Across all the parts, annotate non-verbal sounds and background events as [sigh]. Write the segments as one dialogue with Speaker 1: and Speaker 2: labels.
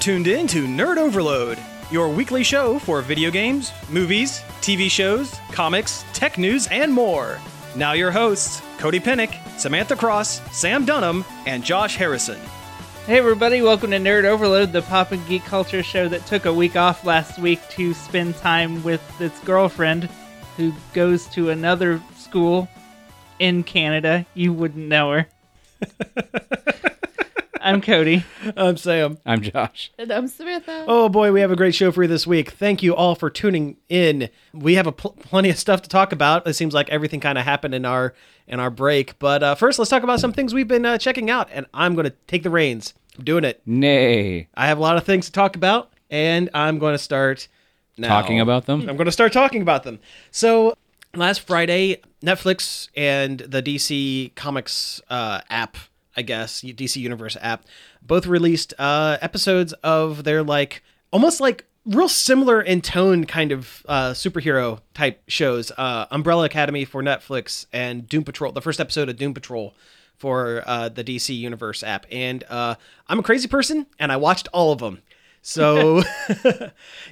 Speaker 1: tuned in to Nerd Overload, your weekly show for video games, movies, TV shows, comics, tech news, and more. Now, your hosts, Cody Pennick, Samantha Cross, Sam Dunham, and Josh Harrison.
Speaker 2: Hey everybody, welcome to Nerd Overload, the pop and geek culture show that took a week off last week to spend time with its girlfriend who goes to another school in Canada. You wouldn't
Speaker 3: [laughs]
Speaker 2: know her. I'm Cody.
Speaker 3: I'm Sam.
Speaker 4: I'm
Speaker 3: [laughs]
Speaker 4: Josh.
Speaker 5: And I'm Samantha.
Speaker 3: Oh boy, we have a great show for you this week. Thank you all for tuning in. We have a pl- plenty of stuff to talk about. It seems like everything kind of happened in our in our break, but uh, first let's talk about some things we've been uh, checking out. And I'm going to take the reins. I'm doing it.
Speaker 4: Nay.
Speaker 3: I have a lot of things to talk about, and I'm going to start now.
Speaker 4: Talking about them?
Speaker 3: I'm going to start talking about them. So last Friday, Netflix and the DC Comics uh, app, I guess DC Universe app, both released uh, episodes of their like almost like real similar in tone kind of uh, superhero type shows. Uh, Umbrella Academy for Netflix and Doom Patrol. The first episode of Doom Patrol for uh, the DC Universe app, and uh, I'm a crazy person, and I watched all of them. So, [laughs]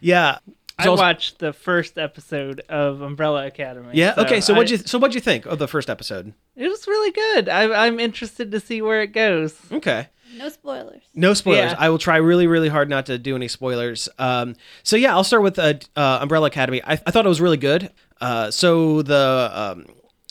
Speaker 3: yeah.
Speaker 2: I
Speaker 3: So I'll-
Speaker 2: watched the first episode of Umbrella Academy.
Speaker 3: Yeah. okay. So
Speaker 2: I-
Speaker 3: what you so what you think of the first episode?
Speaker 2: It was really good. I, I'm interested to see where it goes.
Speaker 3: Okay.
Speaker 5: No spoilers.
Speaker 3: No spoilers.
Speaker 2: Yeah.
Speaker 3: I will try really, really hard not to do any spoilers. Um, so yeah, I'll start with uh, uh, Umbrella Academy. I, I thought it was really good. Uh, so the um,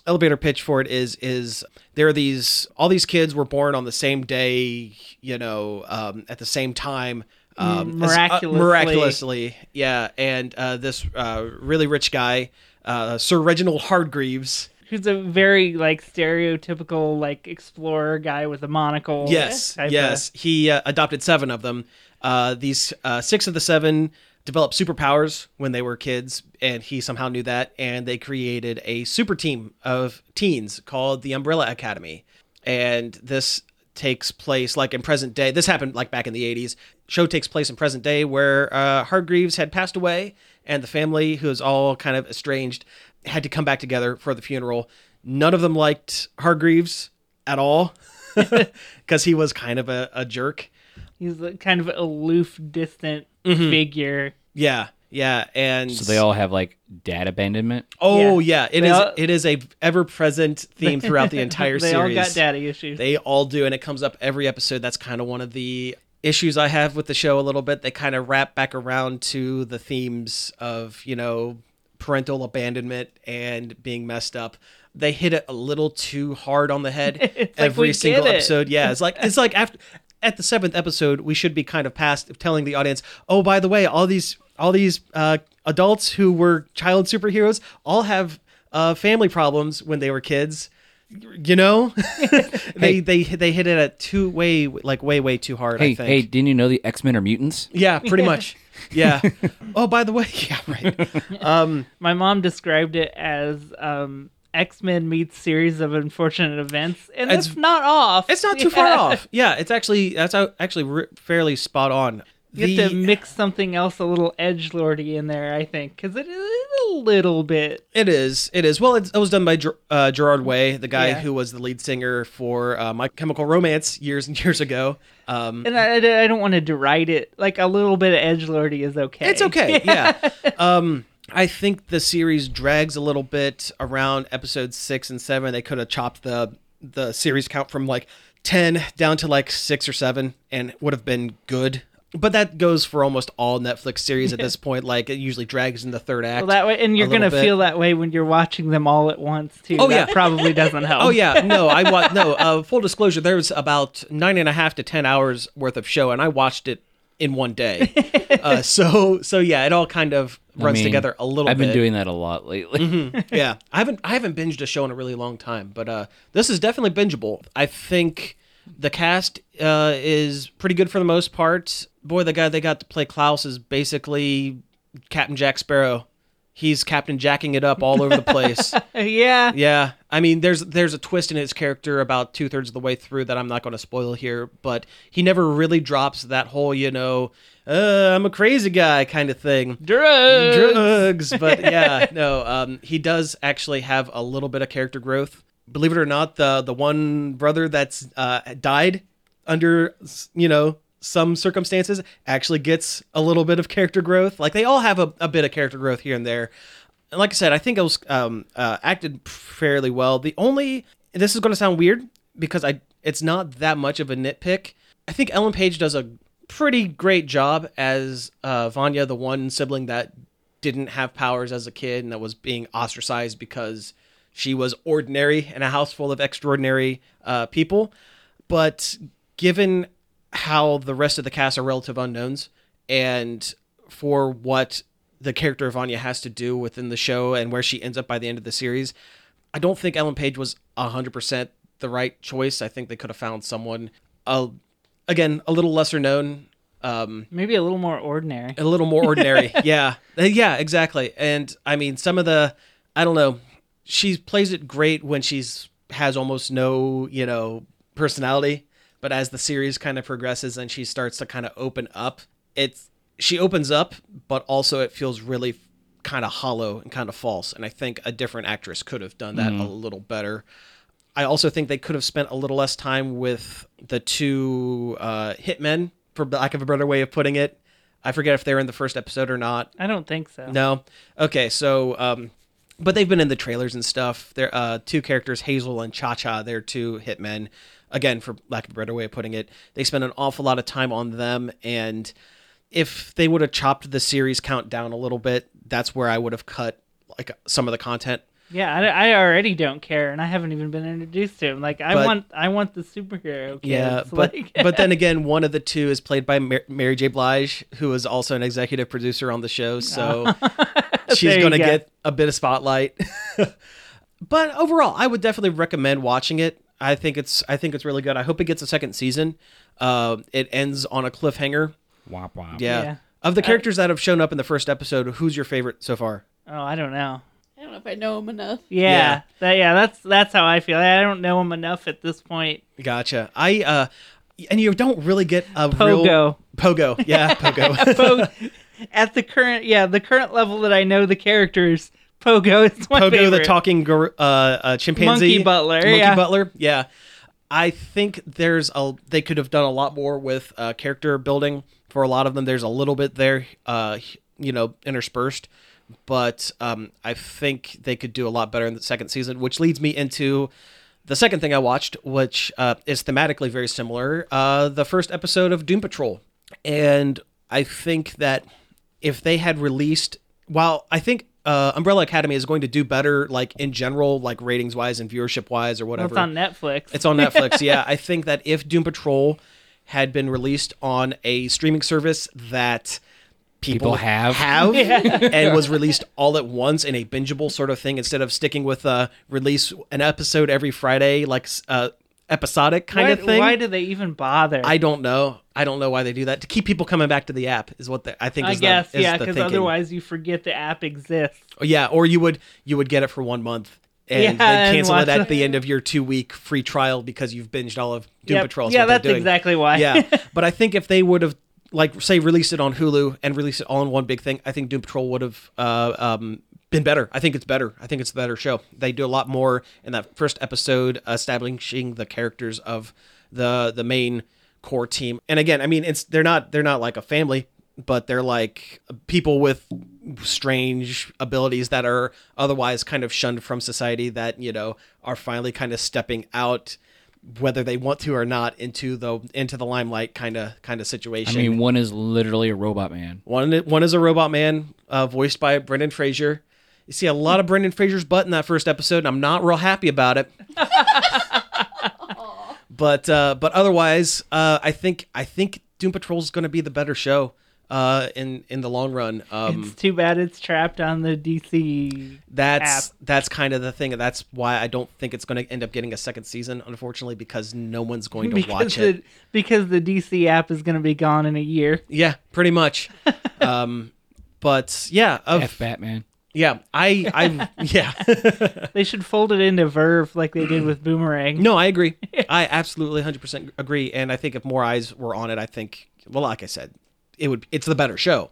Speaker 3: elevator pitch for it is is there are these all these kids were born on the same day, you know, um, at the same time. Um, as- uh,
Speaker 2: Mm, Miraculously.
Speaker 3: miraculously, yeah. And uh, this uh, really rich guy, uh, Sir Reginald Hardgreaves.
Speaker 2: Who's a very like stereotypical like explorer guy with a monocle.
Speaker 3: Yes,
Speaker 2: type of-
Speaker 3: yes. He uh, adopted seven of them. Uh, these uh, six of the seven developed superpowers when they were kids, and he somehow knew that. And they created a super team of teens called the Umbrella Academy. And this takes place like in present day. This happened like back in the 80s. Show takes place in present day where uh, Hargreaves had passed away, and the family, who is all kind of estranged, had to come back together for the funeral. None of them liked Hargreaves at all [laughs] because he was kind of a, a jerk.
Speaker 2: He's a kind of aloof, distant
Speaker 3: Mm-hmm.
Speaker 2: figure.
Speaker 3: Yeah, yeah, and
Speaker 4: So they all have like dad abandonment.
Speaker 3: Oh yeah, it
Speaker 2: They
Speaker 3: is.
Speaker 2: all-
Speaker 3: it is a ever present theme throughout
Speaker 2: [laughs]
Speaker 3: the entire
Speaker 2: they
Speaker 3: series.
Speaker 2: all got daddy issues.
Speaker 3: They all do, and it comes up every episode. That's kind of one of the issues I have with the show a little bit. They kind of wrap back around to the themes of you know parental abandonment and being messed up. They hit it a little too hard on the head
Speaker 2: [laughs] It's like,
Speaker 3: every
Speaker 2: we get
Speaker 3: single
Speaker 2: it.
Speaker 3: episode. Yeah, it's like it's like after at the seventh episode, we should be kind of past telling the audience, oh, by the way, all these all these uh, adults who were child superheroes all have uh, family problems when they were kids. You
Speaker 4: [laughs]
Speaker 3: know, [laughs] they they they hit it at too way like way way too hard.
Speaker 4: Hey,
Speaker 3: I think.
Speaker 4: hey, didn't you know the X Men are mutants?
Speaker 3: Yeah, pretty much.
Speaker 4: [laughs]
Speaker 3: Yeah. oh, by the way, [laughs] yeah, right. Um,
Speaker 2: My mom described it as um, X Men meets series of unfortunate events, and
Speaker 3: It's-
Speaker 2: it's, not off.
Speaker 3: it's not too far
Speaker 2: Yeah.
Speaker 3: off. Yeah, it's actually that's out- actually re- fairly spot on.
Speaker 2: [laughs] You
Speaker 3: The-
Speaker 2: have to mix something else a little edge lordy in there, I think, because it is a little bit.
Speaker 3: It is. It is. Well, it's, it was done by Ger- uh, Gerard Way, the guy
Speaker 2: Yeah.
Speaker 3: who was the lead singer for uh, My Chemical Romance years and years ago. Um,
Speaker 2: And I, I- I don't want to deride it. Like a little bit of edge lordy is okay.
Speaker 3: it's okay.
Speaker 2: [laughs]
Speaker 3: yeah. Um, I think the series drags a little bit around episodes six and seven. They could have chopped the the series count from like ten down to like six or seven, and it would have been good. But that goes for almost all Netflix series at
Speaker 2: [laughs]
Speaker 3: this point. Like it usually drags in the third act.
Speaker 2: Well, that way, and
Speaker 3: a
Speaker 2: you're
Speaker 3: little
Speaker 2: gonna
Speaker 3: bit.
Speaker 2: feel that way when you're watching them all at once too.
Speaker 3: Oh,
Speaker 2: That
Speaker 3: yeah.
Speaker 2: probably doesn't help.
Speaker 3: [laughs] Oh yeah, no, I wa- no. Uh, full disclosure, there was about nine and a half to ten hours worth of show, and I watched it in one
Speaker 2: [laughs]
Speaker 3: day. uh, so so yeah, it all kind of
Speaker 4: I
Speaker 3: runs
Speaker 4: mean,
Speaker 3: together a little.
Speaker 4: I've been
Speaker 3: bit. Mm-hmm.
Speaker 4: doing that a lot lately.
Speaker 3: yeah. I haven't I haven't binged a show in a really long time, but uh, this is definitely bingeable. I think the cast uh, is pretty good for the most part. Boy, the guy they got to play Klaus is basically Captain Jack Sparrow. He's Captain Jacking it up all over the place.
Speaker 2: [laughs] yeah.
Speaker 3: Yeah, I mean, there's there's a twist in his character about two thirds of the way through that I'm not going to spoil here, but he never really drops that whole you know uh, I'm a crazy guy kind of thing.
Speaker 2: Drugs.
Speaker 3: Drugs, [laughs] but yeah, no, um, he does actually have a little bit of character growth. Believe it or not, the the one brother that's uh, died under you know some circumstances, actually gets a little bit of character growth. Like they all have a, a bit of character growth here and there. And like I said, I think it was um, uh, acted fairly well. The only this is going to sound weird because I it's not that much of a nitpick. I think Ellen Page does a pretty great job as uh, Vanya, the one sibling that didn't have powers as a kid and that was being ostracized because she was ordinary in a house full of extraordinary uh, people. But given how the rest of the cast are relative unknowns and for what the character of Vanya has to do within the show and where she ends up by the end of the series, I don't think Ellen Page was 100% the right choice. I think they could have found someone, uh, again, a little lesser known. Um,
Speaker 2: Maybe a little more ordinary.
Speaker 3: a little more ordinary. [laughs] yeah. Uh, Yeah, exactly. And I mean, some of the, I don't know, she plays it great when she's has almost no, you know, personality. But as the series kind of progresses and she starts to kind of open up, it's, she opens up, but also it feels really kind of hollow and kind of false. And I think a different actress could have done that a little better. I also think they could have spent a little less time with the two uh, hitmen, for lack of a better way of putting it. I forget if they were in the first episode or not.
Speaker 2: I don't think so.
Speaker 3: No. Okay, so um, but they've been in the trailers and stuff. They're uh, two characters, Hazel and Cha Cha. They're two hitmen. Again, for lack of a better way of putting it, they spend an awful lot of time on them. And if they would have chopped the series count down a little bit, that's where I would have cut like some of the content.
Speaker 2: Yeah, I, I already don't care, and I haven't even been introduced to him. Like, I
Speaker 3: But-
Speaker 2: want, I want the superhero. Kids.
Speaker 3: Yeah, but
Speaker 2: [laughs] like,
Speaker 3: but then again, one of the two is played by Mar- Mary J. Blige, who is also an executive producer on the
Speaker 2: [laughs]
Speaker 3: show, so she's
Speaker 2: There you
Speaker 3: going to
Speaker 2: go.
Speaker 3: get a bit of spotlight. [laughs] but overall, I would definitely recommend watching it. I think it's I think it's really good. I hope it gets a second season. Uh, it ends on a cliffhanger.
Speaker 4: [laughs] Womp womp.
Speaker 3: Yeah.
Speaker 2: Yeah.
Speaker 3: Of the characters that have shown up in the first episode, who's your favorite so far?
Speaker 2: oh, I don't know.
Speaker 5: I don't know if I know him enough.
Speaker 2: Yeah,
Speaker 3: Yeah.
Speaker 2: That, yeah, that's that's how I feel. I don't know him enough at this point.
Speaker 3: Gotcha. I uh, and you don't really get a real [laughs]
Speaker 2: Pogo.
Speaker 3: pogo. Yeah, pogo.
Speaker 2: [laughs]
Speaker 3: [laughs]
Speaker 2: Pogo. at the current, yeah, the current level that I know the characters, Pogo is my
Speaker 3: Pogo
Speaker 2: favorite.
Speaker 3: the talking gor- uh, uh, chimpanzee,
Speaker 2: Monkey Butler,
Speaker 3: Monkey
Speaker 2: yeah.
Speaker 3: Butler, yeah. I think there's a they could have done a lot more with uh, character building for a lot of them. There's a little bit there, uh, you know, interspersed, but um, I think they could do a lot better in the second season, which leads me into. The second thing I watched, which uh, is thematically very similar, uh, the first episode of Doom Patrol, and I think that if they had released while I think uh, Umbrella Academy is going to do better like in general like ratings wise and viewership wise or
Speaker 2: Well,
Speaker 3: whatever
Speaker 2: it's on Netflix.
Speaker 3: it's on
Speaker 2: [laughs]
Speaker 3: Netflix. yeah, I think that if Doom Patrol had been released on a streaming service that people,
Speaker 4: People
Speaker 2: [laughs]
Speaker 4: have.
Speaker 3: have and was released all at once in a bingeable sort of thing instead of sticking with uh release an episode every Friday like s- uh episodic kind
Speaker 2: why,
Speaker 3: of thing.
Speaker 2: Why do they even bother?
Speaker 3: I don't know. I don't know why they do that to keep people coming back to the app is what the, I think.
Speaker 2: I
Speaker 3: is
Speaker 2: guess,
Speaker 3: the, is
Speaker 2: yeah,
Speaker 3: the
Speaker 2: because
Speaker 3: thinking. Oh,
Speaker 2: otherwise you forget the app exists.
Speaker 3: Yeah, or you would you would get it for one month and
Speaker 2: Yeah,
Speaker 3: then
Speaker 2: and
Speaker 3: cancel it
Speaker 2: watch
Speaker 3: at
Speaker 2: it.
Speaker 3: the end of your two week free trial because you've binged all of Doom
Speaker 2: Yep.
Speaker 3: Patrol. is
Speaker 2: Yeah,
Speaker 3: what they're
Speaker 2: that's
Speaker 3: doing.
Speaker 2: exactly why. [laughs]
Speaker 3: yeah, but I think if they would have like say released it on Hulu and released it all in one big thing, I think Doom Patrol would have uh, um, been better. I think it's better. I think it's a better show. They do a lot more in that first episode, establishing the characters of the the main core team. And again, I mean, it's they're not they're not like a family, but they're like people with strange abilities that are otherwise kind of shunned from society that you know are finally kind of stepping out whether they want to or not into the into the limelight kind of kind of
Speaker 4: I
Speaker 3: situation.
Speaker 4: mean, one is literally a robot man.
Speaker 3: one one is a robot man uh, voiced by Brendan Fraser. You see a lot of Brendan Fraser's butt in that first episode, and I'm not real happy about it. but uh, but otherwise, uh, I think I think Doom Patrol is going to be the better show uh, in in the long run. Um,
Speaker 2: It's too bad it's trapped on the DC.
Speaker 3: that's that's kind of the thing. That's why I don't think it's going to end up getting a second season, unfortunately, because no one's going to
Speaker 2: [laughs] because
Speaker 3: watch
Speaker 2: the,
Speaker 3: it.
Speaker 2: Because the DC app is going to be gone in a year.
Speaker 3: Yeah, pretty
Speaker 2: [laughs]
Speaker 3: much. um, but yeah, of,
Speaker 4: F Batman.
Speaker 3: yeah, I,
Speaker 2: [laughs]
Speaker 3: I, yeah,
Speaker 2: They should fold it into Verve like they did
Speaker 3: [clears throat]
Speaker 2: with Boomerang.
Speaker 3: no, I agree. I absolutely 100% agree. And I think if more eyes were on it, I think, well, like I said, it would, it's the better show.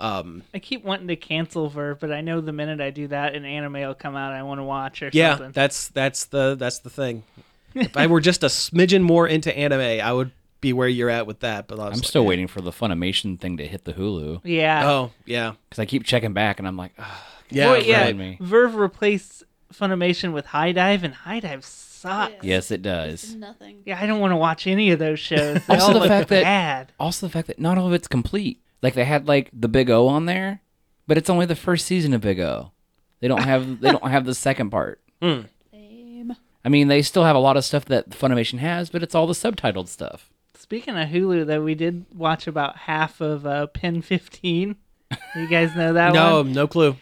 Speaker 3: Um,
Speaker 2: I keep wanting to cancel Verve, but I know the minute I do that, an anime will come out I want to watch or
Speaker 3: yeah,
Speaker 2: something.
Speaker 3: that's, that's the, that's the thing. If I were just a smidgen more into anime, I would be where you're at with that. But I was
Speaker 4: I'm
Speaker 3: like,
Speaker 4: still
Speaker 3: eh.
Speaker 4: waiting for the Funimation thing to hit the Hulu
Speaker 2: Yeah.
Speaker 3: Oh yeah,
Speaker 4: because I keep checking back and I'm like, "Ugh."
Speaker 3: yeah,
Speaker 2: Well, yeah.
Speaker 4: ruined me.
Speaker 2: Verve replaced Funimation with High Dive, and High Dive sucks.
Speaker 5: Yeah.
Speaker 4: yes, it does.
Speaker 5: Nothing.
Speaker 2: Yeah, I don't want to watch any of those shows. They
Speaker 4: Also
Speaker 2: all
Speaker 4: the
Speaker 2: look
Speaker 4: fact that-
Speaker 2: bad.
Speaker 4: Also, the fact that not all of it's complete. Like they had like the Big O on there, but it's only the first season of Big O. They don't have they don't have the second part.
Speaker 5: Same.
Speaker 4: I mean, they still have a lot of stuff that Funimation has, but it's all the subtitled stuff.
Speaker 2: Speaking of Hulu, though, we did watch about half of uh, Pen 15. You guys know that
Speaker 3: No,
Speaker 2: one?
Speaker 3: no clue.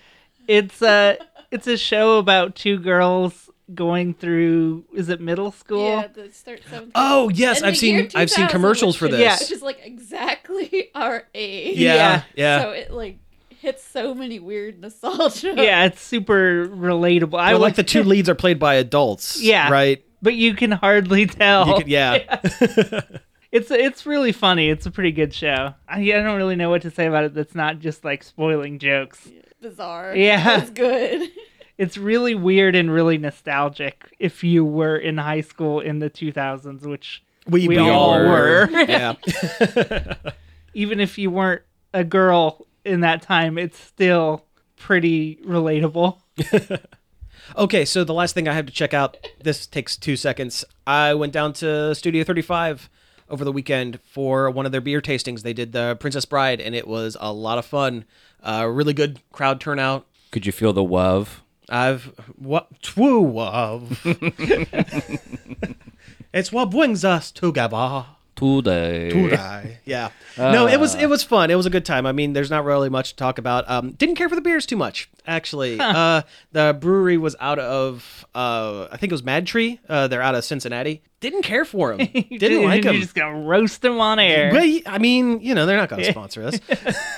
Speaker 2: It's a it's a show about two girls going through is it middle school?
Speaker 5: Yeah, the start seventh.
Speaker 3: Oh yes,
Speaker 5: And
Speaker 3: I've
Speaker 5: the
Speaker 3: seen
Speaker 5: year
Speaker 3: I've seen
Speaker 5: 2000
Speaker 3: commercials
Speaker 5: was
Speaker 3: for
Speaker 5: just-
Speaker 3: this.
Speaker 2: yeah,
Speaker 5: Which is like exactly [laughs] our age.
Speaker 3: yeah,
Speaker 2: yeah.
Speaker 3: yeah.
Speaker 5: So it like hits so many weird nostalgia.
Speaker 2: Yeah, it's super relatable. I
Speaker 3: But, like
Speaker 2: was-
Speaker 3: the two leads are played by adults.
Speaker 2: Yeah. Oh.
Speaker 3: right.
Speaker 2: but you can hardly tell.
Speaker 3: You could,
Speaker 2: [laughs]
Speaker 3: yeah.
Speaker 2: It's it's really funny. It's a pretty good show. I, I don't really know what to say about it. That's not just like spoiling jokes.
Speaker 5: [laughs] Bizarre.
Speaker 2: Yeah.
Speaker 5: It's good.
Speaker 2: It's really weird and really nostalgic. If you were in high school in the 2000s, which
Speaker 3: We,
Speaker 2: We all were.
Speaker 3: [laughs] yeah.
Speaker 2: even if you weren't a girl in that time, it's still pretty relatable.
Speaker 3: Okay, so the last thing I have to check out. This takes two seconds. I went down to Studio 35 over the weekend for one of their beer tastings. They did the Princess Bride, and it was a lot of fun. Uh, really good crowd turnout.
Speaker 4: Could you feel the wove?
Speaker 3: I've what two of. [laughs] it's what brings us together.
Speaker 4: Today.
Speaker 3: [laughs] yeah. no, it was it was fun. It was a good time. I mean, there's not really much to talk about. Um, didn't care for the beers too much, actually. uh, the brewery was out of uh, I think it was Mad Tree. Uh, they're out of Cincinnati. Didn't care for them. didn't like them.
Speaker 2: You're just gonna roast them on air.
Speaker 3: Well, y- I mean, you know, they're not going to sponsor us.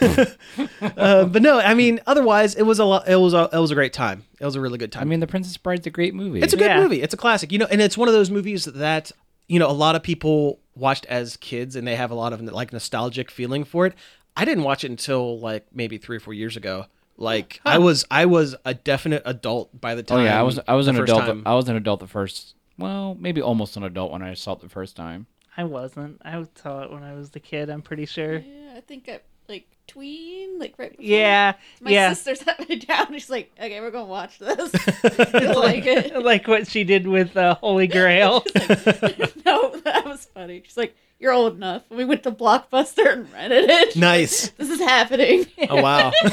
Speaker 3: [laughs] uh, but no, I mean, otherwise, it was a lot. It was a, it was a great time. It was a really good time.
Speaker 4: I mean, The Princess Bride's a great movie.
Speaker 3: It's a good
Speaker 2: Yeah.
Speaker 3: movie. It's a classic. You know, and it's one of those movies that you know a lot of people watched as kids, and they have a lot of like nostalgic feeling for it. I didn't watch it until like maybe three or four years ago. Like I was, I was a definite adult by the time.
Speaker 4: oh yeah, I was I was
Speaker 3: the
Speaker 4: an
Speaker 3: first
Speaker 4: adult.
Speaker 3: time.
Speaker 4: I was an adult the first. Well, maybe almost an adult when I saw it the first time.
Speaker 2: I wasn't. I saw it when I was the kid. I'm pretty sure.
Speaker 5: Yeah, I think I like tween, like right before.
Speaker 2: Yeah,
Speaker 5: My
Speaker 2: yeah.
Speaker 5: [laughs] sister's having it down. She's like, okay, we're gonna
Speaker 3: [laughs]
Speaker 5: watch this. [laughs] You'll like
Speaker 2: [laughs]
Speaker 5: it.
Speaker 2: like what she did with uh, Holy
Speaker 5: [laughs]
Speaker 2: Grail.
Speaker 5: no, [laughs] that was funny. She's like, you're old enough. And we went to Blockbuster and rented
Speaker 2: [laughs]
Speaker 5: it.
Speaker 3: nice.
Speaker 5: This is happening. [laughs]
Speaker 3: Oh wow.
Speaker 4: [laughs]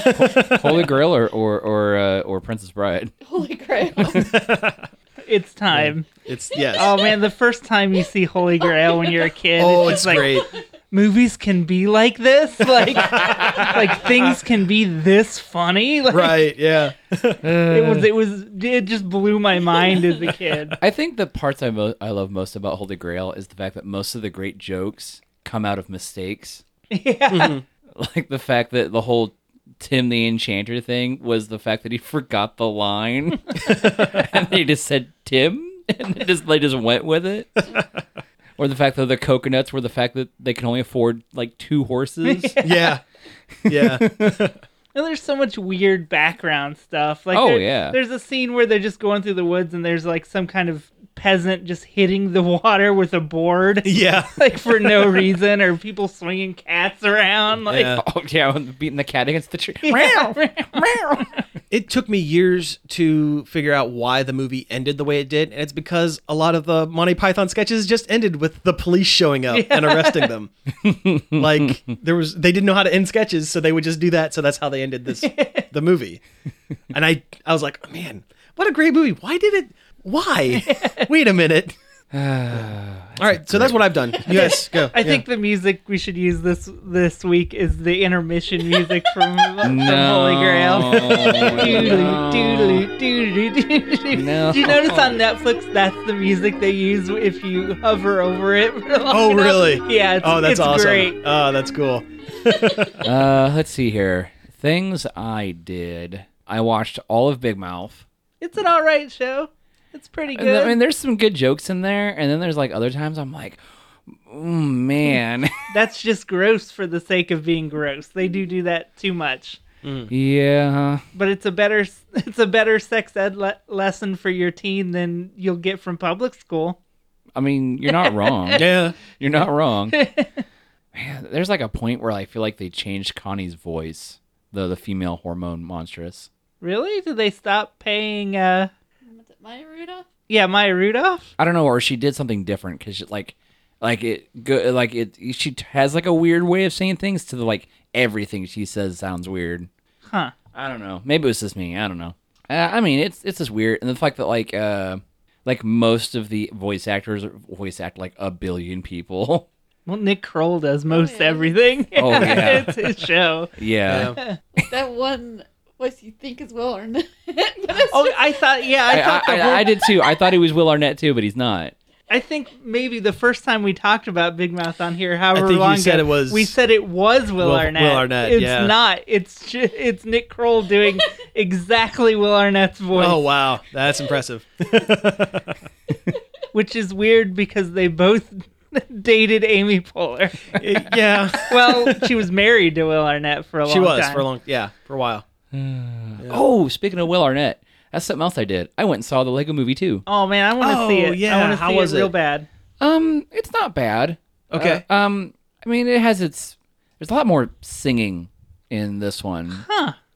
Speaker 4: Holy Grail or or or, uh, or Princess Bride.
Speaker 2: [laughs]
Speaker 5: Holy grail.
Speaker 2: it's time.
Speaker 3: [laughs] it's yes.
Speaker 2: Oh man, the first time you see Holy Grail when
Speaker 5: [laughs]
Speaker 2: you're a kid,
Speaker 3: oh, it's
Speaker 2: it's, just like
Speaker 3: great.
Speaker 2: movies can be
Speaker 3: [laughs]
Speaker 2: like this. Like, like things can be this funny. Like,
Speaker 3: right. Yeah.
Speaker 2: It was. It was. It just blew my mind as a
Speaker 3: [laughs]
Speaker 2: kid.
Speaker 4: I think the parts I mo- I love most about Holy Grail is the fact that most of the great jokes come out of mistakes.
Speaker 2: Yeah.
Speaker 4: [laughs] Like the fact that the whole Tim the Enchanter thing was the fact that he [laughs] forgot the line, [laughs] and they just said Tim, [laughs] and they just they just went with it. Or the fact that the coconuts were the fact that they can only afford like two horses.
Speaker 2: [laughs]
Speaker 3: Yeah. Yeah.
Speaker 2: And there's so much weird background stuff. Like,
Speaker 4: Oh,
Speaker 2: there-
Speaker 4: yeah.
Speaker 2: There's a scene where they're just going through the woods, and there's like some kind of peasant just hitting the [laughs] water with a board, [laughs]
Speaker 3: Yeah.
Speaker 2: like for
Speaker 4: [laughs]
Speaker 2: no reason, or people swinging cats around. Like, [laughs]
Speaker 3: Yeah.
Speaker 4: Oh yeah, and beating the cat against the tree.
Speaker 3: it took me years to figure out why the movie ended the way it did, and it's because a lot of the Monty Python sketches just ended with the police showing up and arresting
Speaker 2: [laughs]
Speaker 3: them. like there was, they didn't know how to end sketches, so they would just do that. So that's how they ended
Speaker 2: [laughs]
Speaker 3: this the movie. And I, I was like, man, what a great movie! Why did it?
Speaker 2: [laughs]
Speaker 3: Why? Wait a minute.
Speaker 4: Uh,
Speaker 3: All right, so that's what I've done. Yes, go.
Speaker 2: [laughs] I think the music we should use this this week is the intermission music
Speaker 3: [laughs]
Speaker 2: from, from Holy Grail. [laughs] Doodly, doodly, doodly, doodly.
Speaker 4: No.
Speaker 2: Do you notice on Netflix that's the music they use if you hover over it? [laughs] for long
Speaker 3: Oh,
Speaker 2: enough?
Speaker 3: really?
Speaker 2: Yeah. It's,
Speaker 3: Oh, that's
Speaker 2: it's
Speaker 3: awesome.
Speaker 2: Great.
Speaker 3: Oh, that's cool.
Speaker 4: Uh, let's see here. Things I did. I watched all of Big Mouth.
Speaker 2: It's an all right show. It's pretty
Speaker 4: And th-
Speaker 2: good.
Speaker 4: I mean, there's some good jokes in there, and then there's like other times I'm like, oh, man,
Speaker 2: that's just gross for the sake of being gross. They do do that too much.
Speaker 4: yeah.
Speaker 2: But it's a better [laughs] it's a better sex ed le- lesson for your teen than you'll get from public school.
Speaker 4: I mean, you're not
Speaker 3: [laughs]
Speaker 4: wrong.
Speaker 3: Yeah.
Speaker 4: You're not
Speaker 3: [laughs]
Speaker 4: wrong. Man, there's like a point where I feel like they changed Connie's voice, the the female hormone monstrous.
Speaker 2: Really? Did they stop paying? uh
Speaker 5: Maya Rudolph?
Speaker 2: Yeah, Maya Rudolph.
Speaker 4: I don't know, or she did something different because like, like it, go, like it, she t- has like a weird way of saying things to the like everything she says sounds weird.
Speaker 2: Huh.
Speaker 4: I don't know. Maybe it was just me. I don't know. Uh, I mean, it's it's just weird, and the fact that like, uh, like most of the voice actors voice act like a billion people. [laughs]
Speaker 2: Well, Nick Kroll does most
Speaker 5: yeah.
Speaker 2: everything.
Speaker 4: Oh, yeah.
Speaker 2: [laughs] it's his show.
Speaker 4: yeah.
Speaker 3: Yeah.
Speaker 5: That one voice you think is Will Arnett. [laughs] but it's
Speaker 2: Oh, I thought. Yeah, I,
Speaker 4: I,
Speaker 2: thought
Speaker 4: I,
Speaker 2: the whole
Speaker 4: I did too. I thought he was Will Arnett too, but he's not.
Speaker 2: I think maybe the first time we talked about Big Mouth on here, however
Speaker 3: I think you
Speaker 2: long
Speaker 3: said it
Speaker 2: ago,
Speaker 3: was-
Speaker 2: we said it was Will,
Speaker 3: Will-
Speaker 2: Arnett.
Speaker 3: Will Arnett,
Speaker 2: It's
Speaker 3: yeah.
Speaker 2: not. It's ju- it's Nick
Speaker 3: [laughs]
Speaker 2: Kroll doing exactly Will Arnett's voice,
Speaker 3: Oh wow, that's
Speaker 2: [laughs]
Speaker 3: impressive. [laughs]
Speaker 2: which is weird because they both [laughs] dated
Speaker 3: [laughs]
Speaker 2: Amy Poehler.
Speaker 3: yeah,
Speaker 2: Well, she was married to Will Arnett for a long
Speaker 3: she was
Speaker 2: time.
Speaker 3: for a long, yeah, for a while.
Speaker 4: Oh, speaking of Will Arnett, that's something else I did. I went and saw the Lego Movie too.
Speaker 2: Oh man, I want to see
Speaker 3: Oh,
Speaker 2: it.
Speaker 3: yeah,
Speaker 2: I want to
Speaker 3: how
Speaker 2: see
Speaker 3: was
Speaker 2: it real
Speaker 3: it?
Speaker 2: bad.
Speaker 4: Um, it's not bad.
Speaker 3: Okay.
Speaker 4: Uh, um, I mean, it has its. There's a lot more singing in
Speaker 2: [laughs]
Speaker 4: this one.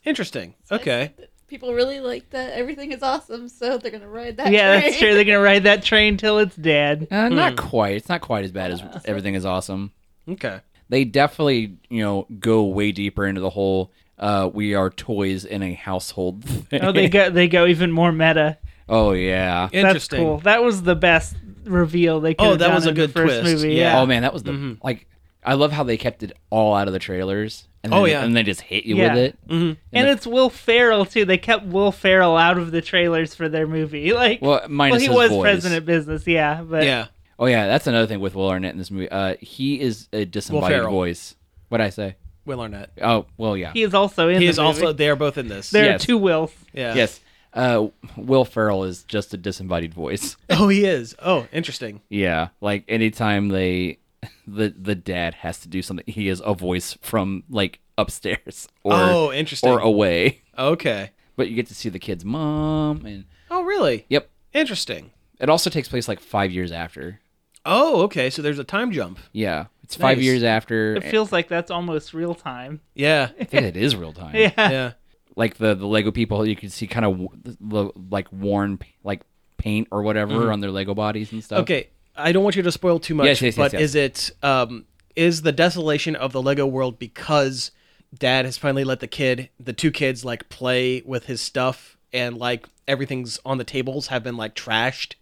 Speaker 3: Interesting. Okay.
Speaker 5: People really like that. Everything is awesome, so they're gonna ride that.
Speaker 2: Yeah,
Speaker 5: train.
Speaker 2: that's true. They're gonna ride that train till it's dead.
Speaker 4: Uh, not
Speaker 2: Hmm.
Speaker 4: quite. It's not quite as
Speaker 2: [laughs]
Speaker 4: bad as everything is awesome.
Speaker 3: Okay.
Speaker 4: They definitely, you know, go way deeper into the whole. Uh, we are toys in a household. Thing. [laughs]
Speaker 2: Oh, they go they go even more meta.
Speaker 4: oh yeah.
Speaker 2: That's
Speaker 3: Interesting.
Speaker 2: cool. That was the best reveal they could.
Speaker 3: Oh,
Speaker 2: have
Speaker 3: that
Speaker 2: done
Speaker 3: was a
Speaker 2: in the
Speaker 3: good
Speaker 2: first
Speaker 3: twist.
Speaker 2: Movie.
Speaker 3: Yeah.
Speaker 2: Yeah.
Speaker 4: Oh man, that was the like. I love how they kept it all out of the trailers. And
Speaker 3: Oh,
Speaker 4: then-
Speaker 3: yeah.
Speaker 4: and they just hit you
Speaker 2: Yeah.
Speaker 4: with it.
Speaker 2: and it's Will Ferrell too. They kept Will Ferrell out of the trailers for their movie. [laughs] Like,
Speaker 4: Well, minus
Speaker 2: he
Speaker 4: his
Speaker 2: was
Speaker 4: voice.
Speaker 2: president of business, yeah, but
Speaker 3: Yeah.
Speaker 4: Oh yeah, that's another thing with Will Arnett in this movie. Uh, he is a disembodied
Speaker 3: Ferrell.
Speaker 4: voice. What would I say?
Speaker 3: Will Arnett.
Speaker 4: Oh well, yeah,
Speaker 2: he is also in.
Speaker 3: He
Speaker 2: the
Speaker 3: is also.
Speaker 2: movie.
Speaker 3: They are both in this.
Speaker 2: There
Speaker 4: Yes.
Speaker 2: are two Wills.
Speaker 3: yeah.
Speaker 4: yes. Uh, Will Ferrell is just a disembodied voice. [laughs]
Speaker 3: Oh, he is. Oh, interesting.
Speaker 4: Yeah, like anytime they, the the dad has to do something, he is a voice from like upstairs or
Speaker 3: oh, interesting.
Speaker 4: or away.
Speaker 3: okay.
Speaker 4: But you get to see the kid's mom, and
Speaker 3: Oh, really?
Speaker 4: yep,
Speaker 3: Interesting.
Speaker 4: it also takes place like five years after.
Speaker 3: Oh, okay. So there's a time jump.
Speaker 4: Yeah, it's five
Speaker 3: Nice.
Speaker 4: years after.
Speaker 2: It feels like that's almost real time. [laughs]
Speaker 3: Yeah.
Speaker 4: I think it is real time.
Speaker 2: Yeah,
Speaker 3: [laughs] Yeah.
Speaker 4: like the the Lego people, you can see kind of like worn p- like paint or whatever on their Lego bodies and stuff.
Speaker 3: Mm-hmm. Okay. I don't want you to spoil too much,
Speaker 4: Yes, yes, yes,
Speaker 3: but
Speaker 4: yes.
Speaker 3: is it um is the desolation of the Lego world because dad has finally let the kid, the two kids like play with his stuff and like everything's on the tables have been like trashed?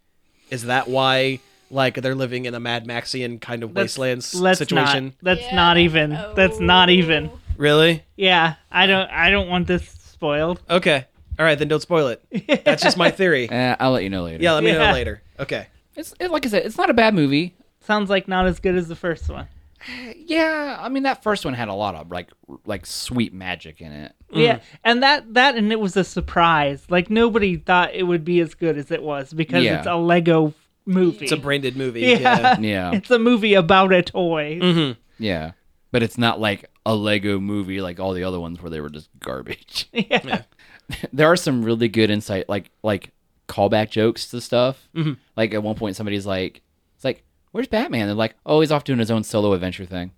Speaker 3: Is that why like they're living in a Mad Maxian kind of
Speaker 2: Let's-
Speaker 3: wastelands
Speaker 2: let's
Speaker 3: situation?
Speaker 2: Not, that's
Speaker 5: Yeah.
Speaker 2: not even. That's not even.
Speaker 5: Oh.
Speaker 3: Really?
Speaker 2: Yeah, I don't. I don't want this spoiled.
Speaker 3: Okay. All right, then don't spoil it.
Speaker 2: [laughs]
Speaker 3: That's just my
Speaker 4: [laughs]
Speaker 3: theory.
Speaker 4: Uh, I'll let you know later.
Speaker 3: Yeah, let me
Speaker 2: Yeah.
Speaker 3: know later. Okay.
Speaker 4: it's it, like I said, it's not a bad movie.
Speaker 2: Sounds like not as good as the first one.
Speaker 4: Yeah, I mean that first one had a lot of like r- like sweet magic in it.
Speaker 3: Mm.
Speaker 2: Yeah, and that that and it was a surprise. Like nobody thought it would be as good as it was because
Speaker 4: Yeah.
Speaker 2: it's a Lego movie.
Speaker 3: It's
Speaker 2: [laughs]
Speaker 3: a branded movie.
Speaker 2: Yeah.
Speaker 3: Yeah. [laughs]
Speaker 4: Yeah,
Speaker 2: It's a movie about a toy.
Speaker 3: Mm-hmm.
Speaker 4: yeah, but it's not like a Lego movie like all the other ones where they were just
Speaker 3: [laughs]
Speaker 4: garbage.
Speaker 2: Yeah.
Speaker 4: [laughs] there are some really good insight like like callback jokes to stuff.
Speaker 3: Mm-hmm.
Speaker 4: Like at one point somebody's like, it's like, where's Batman? They're like, oh, he's off doing his own solo
Speaker 3: [laughs]
Speaker 4: adventure thing.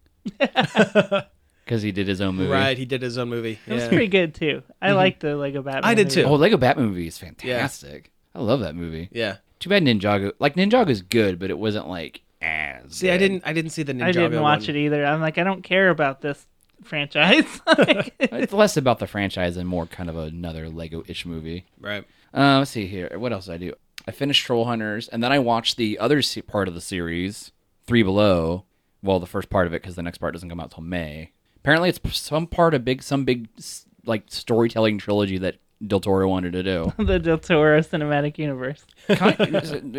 Speaker 4: Because he did his own movie.
Speaker 3: Right, he did his own movie.
Speaker 2: It was
Speaker 3: Yeah. Mm-hmm.
Speaker 2: pretty good too. I liked the Lego Batman.
Speaker 3: I did
Speaker 2: movie.
Speaker 3: too.
Speaker 4: Oh, Lego Batman movie is fantastic. I love that movie.
Speaker 3: Yeah.
Speaker 4: Too bad Ninjago. Like Ninjago's good, but it wasn't like as.
Speaker 3: See, I didn't I didn't see the Ninjago
Speaker 2: I didn't watch
Speaker 3: one.
Speaker 2: it either. I'm like, I don't care about this franchise. [laughs] Like,
Speaker 4: It's less about the franchise and more kind of another Lego-ish movie.
Speaker 3: Right.
Speaker 4: Uh, let's see here. What else did I do? I finished Troll Hunters, and then I watched the other se- part of the series, Three Below. Well, the first part of it, because the next part doesn't come out till May. Apparently, it's p- some part of big, some big s- like storytelling trilogy that Del Toro wanted to do.
Speaker 2: the Del Toro cinematic universe.
Speaker 4: kind of,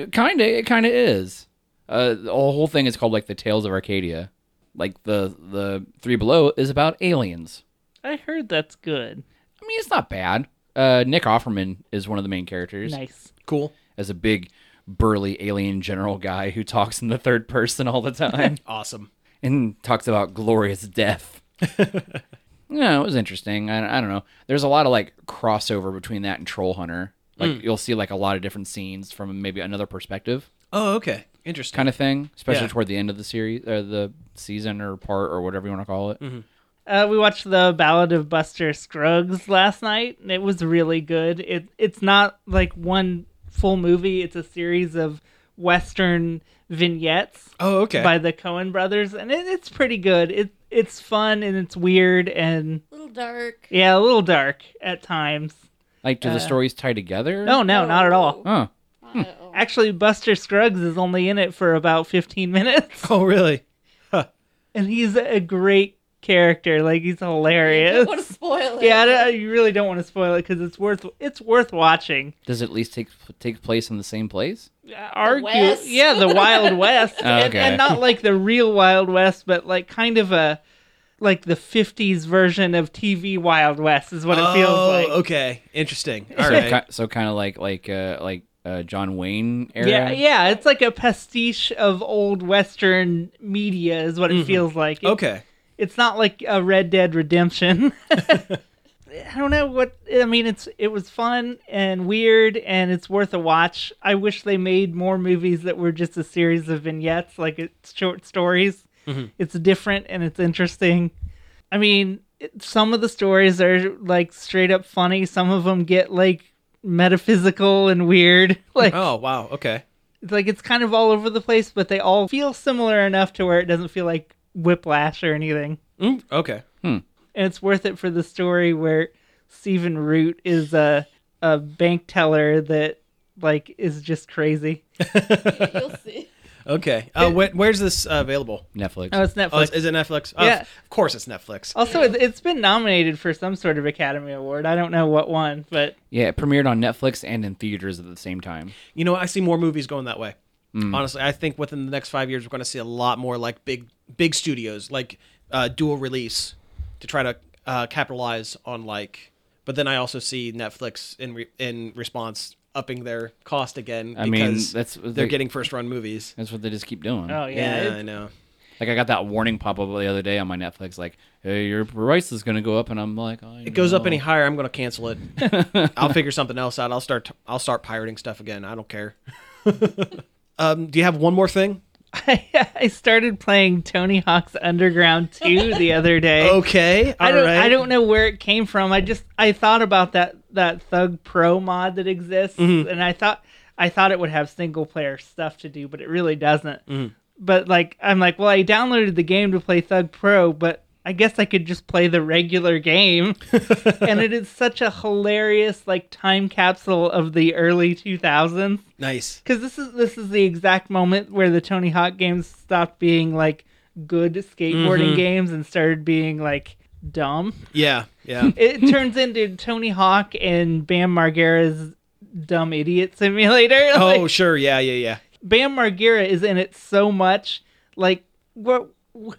Speaker 4: it kind of is. Uh, the whole thing is called like the Tales of Arcadia. Like the the Three Below is about aliens.
Speaker 2: I heard that's good.
Speaker 4: I mean, it's not bad. Uh, Nick Offerman is one of the main characters.
Speaker 2: Nice.
Speaker 3: Cool.
Speaker 4: as a big burly alien general guy who talks in the third person all the
Speaker 3: [laughs]
Speaker 4: time
Speaker 3: Awesome.
Speaker 4: and talks about
Speaker 3: [laughs]
Speaker 4: glorious death. no, it was interesting. I, I don't know. There's a lot of like crossover between
Speaker 3: Mm.
Speaker 4: that and Troll Hunter. Like you'll see like a lot of different scenes from maybe another perspective.
Speaker 3: Oh, okay. Interesting.
Speaker 4: kind of thing, especially
Speaker 3: Yeah.
Speaker 4: toward the end of the series or the season or part or whatever you want to call
Speaker 3: Mm-hmm.
Speaker 4: it.
Speaker 2: Uh, we watched the Ballad of Buster Scruggs last night, and it was really good. It it's not like one full movie; it's a series of Western vignettes
Speaker 3: oh, okay.
Speaker 2: by the Cohen brothers, and it, it's pretty good. It it's fun and it's weird and
Speaker 5: A little dark.
Speaker 2: yeah, a little dark at times.
Speaker 4: Like,
Speaker 3: Uh,
Speaker 4: do the stories tie together?
Speaker 2: No, no, not at all.
Speaker 5: Oh,
Speaker 2: Hmm.
Speaker 4: Huh.
Speaker 5: Not at all.
Speaker 2: Actually, Buster Scruggs is only in it for about fifteen minutes,
Speaker 3: [laughs]
Speaker 2: [laughs]
Speaker 3: oh, really?
Speaker 2: and he's a great character. Like he's hilarious.
Speaker 5: Don't want to spoil it.
Speaker 2: Yeah, I don't- you really don't want to spoil it because it's worth it's worth watching.
Speaker 4: Does it at least take take place in the same place?
Speaker 2: argue
Speaker 5: West?
Speaker 2: yeah the wild [laughs] west
Speaker 3: Oh,
Speaker 2: and,
Speaker 4: Okay.
Speaker 2: and not like the real wild west but like kind of a like the 50s version of tv wild west is what it feels
Speaker 3: oh,
Speaker 2: like
Speaker 3: okay. Interesting. All
Speaker 4: so,
Speaker 3: right. [laughs]
Speaker 4: ki- so kind of like like uh, like uh, John Wayne era.
Speaker 2: yeah yeah it's like a pastiche of old western media is what it
Speaker 3: Mm-hmm.
Speaker 2: feels like It-
Speaker 3: Okay.
Speaker 2: it's not like a red dead redemption [laughs] i don't know what i mean it's it was fun and weird and it's worth a watch i wish they made more movies that were just a series of vignettes like it's short stories it's different and it's interesting i mean it, some of the stories are like straight up funny some of them get like metaphysical and weird [laughs] like
Speaker 3: Oh, wow. Okay.
Speaker 2: it's like it's kind of all over the place but they all feel similar enough to where it doesn't feel like whiplash or anything
Speaker 3: Mm, okay.
Speaker 2: and it's worth it for the story where Stephen Root is a a bank teller that like is just crazy.
Speaker 5: You'll see.
Speaker 3: Okay. Uh, wh- where's this uh, available?
Speaker 4: Netflix.
Speaker 2: Oh, it's
Speaker 3: Oh, is,
Speaker 2: Netflix.
Speaker 3: is it Netflix? Oh,
Speaker 2: Yeah.
Speaker 3: Of course it's Netflix.
Speaker 2: also, it, it's been nominated for some sort of Academy Award. I don't know what one, but
Speaker 4: yeah, it premiered on Netflix and in theaters at the same time.
Speaker 3: You know, I see more movies going that way.
Speaker 2: Mm.
Speaker 3: Honestly, I think within the next five years, we're going to see a lot more like big, big studios, like uh, dual release to try to uh, capitalize on like. But then I also see Netflix in re- in response upping their cost again
Speaker 4: I mean,
Speaker 3: because
Speaker 4: that's-
Speaker 3: they're getting first run movies.
Speaker 4: That's what they just keep doing.
Speaker 2: oh yeah,
Speaker 3: Yeah, I
Speaker 2: [laughs] it-
Speaker 3: know.
Speaker 4: Like I got that warning pop up the other day on my Netflix, like, "Hey, your price is gonna go up," and I'm like, I
Speaker 3: It goes up any higher, I'm going to cancel
Speaker 2: [laughs]
Speaker 3: it. I'll figure something else out. I'll start. I'll start pirating stuff again. I don't care. [laughs] um, do you have one more thing?
Speaker 2: I, started playing Tony Hawk's Underground 2 the other day.
Speaker 3: Oh, Okay.
Speaker 2: I
Speaker 3: all
Speaker 2: don't
Speaker 3: right.
Speaker 2: I don't know where it came from. I just I thought about that that Thug Pro mod that exists
Speaker 3: Mm-hmm.
Speaker 2: and I thought I thought it would have single player stuff to do, but it really doesn't.
Speaker 3: Mm-hmm.
Speaker 2: But like I'm like, well, I downloaded the game to play Thug Pro, but I guess I could just play the
Speaker 3: [laughs]
Speaker 2: regular game. and it is such a hilarious like time capsule of the early 2000s
Speaker 3: Nice.
Speaker 2: because this is this is the exact moment where the Tony Hawk games stopped being like good
Speaker 3: Mm-hmm.
Speaker 2: skateboarding games and started being like dumb.
Speaker 3: Yeah. Yeah. [laughs]
Speaker 2: It turns into Tony Hawk and Bam Margera's dumb idiot simulator.
Speaker 3: [laughs]
Speaker 2: [laughs]
Speaker 3: Oh,
Speaker 2: Like,
Speaker 3: sure. Yeah, yeah, yeah.
Speaker 2: Bam Margera is in it so much. Like, what?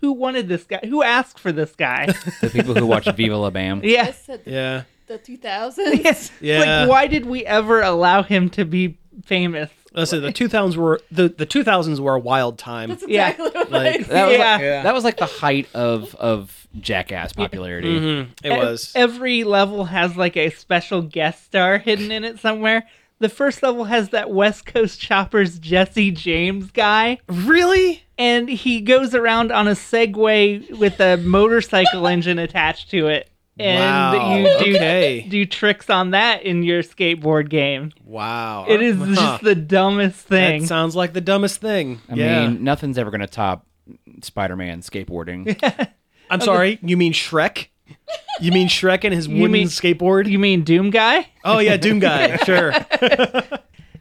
Speaker 2: Who wanted this guy? Who asked for this guy?
Speaker 3: [laughs]
Speaker 4: the people who watch Viva La Bam.
Speaker 2: [laughs] [laughs]
Speaker 5: I
Speaker 2: yeah.
Speaker 5: said the,
Speaker 3: Yeah.
Speaker 5: the
Speaker 2: [laughs]
Speaker 5: 2000s.
Speaker 2: Yes.
Speaker 3: Yeah.
Speaker 2: Like, why did we ever allow him to be famous?
Speaker 3: Listen, the two thousands were the the two thousands were a wild time.
Speaker 5: That's
Speaker 2: Yeah.
Speaker 5: exactly what
Speaker 3: Like-
Speaker 5: I
Speaker 4: That was,
Speaker 2: Yeah.
Speaker 4: Like, that was like the height of of jackass popularity.
Speaker 2: Mm-hmm.
Speaker 3: It was.
Speaker 2: Every level has like a special guest star hidden in it somewhere. The first level has that West Coast Choppers Jesse James guy,
Speaker 3: Really?
Speaker 2: and he goes around on a Segway with a motorcycle engine attached to it. And
Speaker 3: Wow,
Speaker 2: you do,
Speaker 3: okay.
Speaker 2: do tricks on that in your skateboard game.
Speaker 3: Wow.
Speaker 2: It is
Speaker 3: Huh.
Speaker 2: just the dumbest
Speaker 3: Uh-huh. That
Speaker 2: thing.
Speaker 3: sounds like the dumbest thing.
Speaker 4: I
Speaker 3: yeah.
Speaker 4: mean, nothing's ever gonna top Spider-Man
Speaker 2: [laughs]
Speaker 4: skateboarding. Uh,
Speaker 3: I'm sorry. You mean Shrek? You mean Shrek and his wooden
Speaker 2: mean-
Speaker 3: skateboard?
Speaker 2: you mean Doom Guy?
Speaker 3: oh yeah, Doom
Speaker 2: [laughs]
Speaker 3: Guy. Sure.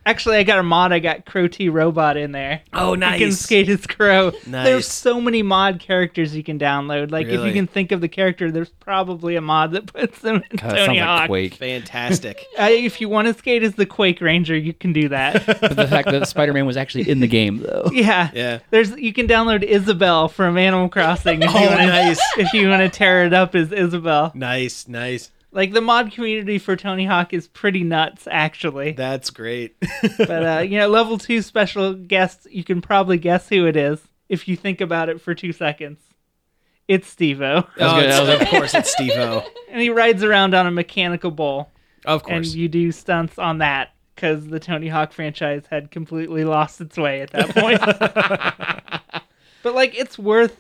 Speaker 2: Actually, I got a mod. I got Crow T Robot in there.
Speaker 3: Oh
Speaker 2: You can skate as Crow. There's
Speaker 3: Nice.
Speaker 2: so many mod characters you can download. Like if
Speaker 3: Really?
Speaker 2: you can think of the character, there's probably a mod that puts them in
Speaker 4: God, that
Speaker 2: Tony
Speaker 4: sounds like
Speaker 2: Hawk.
Speaker 4: Quake.
Speaker 3: Fantastic.
Speaker 2: Uh, if you want to skate as the Quake Ranger, you can do that.
Speaker 4: But the fact that Spider-Man was actually in
Speaker 2: [laughs]
Speaker 4: the game though.
Speaker 2: yeah.
Speaker 3: Yeah.
Speaker 2: There's you can download Isabel from Animal Crossing if
Speaker 3: Oh,
Speaker 2: you want to
Speaker 3: nice.
Speaker 2: [laughs] if you want to tear it up as Isabel.
Speaker 3: Nice, nice.
Speaker 2: Like the mod community for Tony Hawk is pretty nuts actually.
Speaker 3: That's great.
Speaker 2: But uh, you know, level 2 special guest, you can probably guess who it is if you think about it for 2 seconds. It's Steve-O.
Speaker 4: was
Speaker 3: Oh, [laughs]
Speaker 4: good, that was
Speaker 3: it's- of course, it's Steve O.
Speaker 2: and he rides around on a mechanical bull
Speaker 3: Of
Speaker 2: and
Speaker 3: course.
Speaker 2: you do stunts on that because the Tony Hawk franchise had completely lost its way at that point.
Speaker 3: [laughs]
Speaker 2: but like, it's worth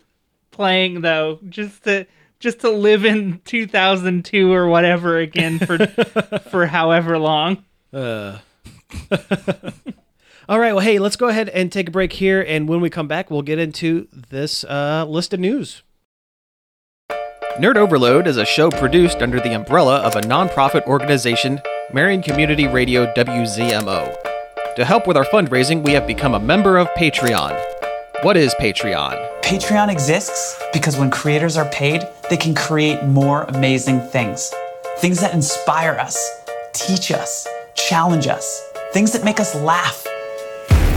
Speaker 2: playing though, just to just to live in 2002 or whatever again for
Speaker 3: [laughs]
Speaker 2: for however long. [laughs]
Speaker 3: Uh. All right. Well, hey, let's go ahead and take a break here. And when we come back, we'll get into this uh, list of news.
Speaker 1: Nerd Overload is a show produced under the umbrella of a nonprofit organization, Marion Community Radio WZMO. To help with our fundraising, we have become a member of Patreon. What is Patreon?
Speaker 6: Patreon exists because when creators are paid, they can create more amazing things. Things that inspire us, teach us, challenge us, things that make us laugh.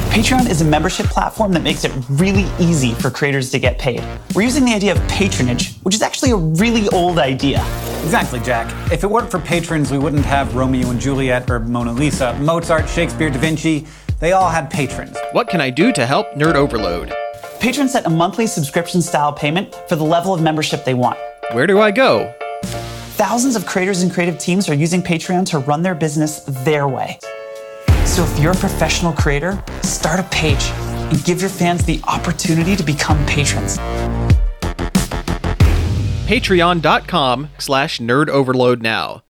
Speaker 6: Patreon is a membership platform that makes it really easy for creators to get paid. We're using the idea of patronage, which is actually a really old idea.
Speaker 7: Exactly, Jack. If it weren't for patrons, we wouldn't have Romeo and Juliet or Mona Lisa, Mozart, Shakespeare, Da Vinci. They all had patrons.
Speaker 1: What can I do to help Nerd Overload?
Speaker 6: Patrons set a monthly subscription style payment for the level of membership they want.
Speaker 1: Where do I go?
Speaker 6: Thousands of creators and creative teams are using Patreon to run their business their way. So if you're a professional creator, start a page and give your fans the opportunity to become patrons.
Speaker 1: Patreon.com slash Nerd Overload now.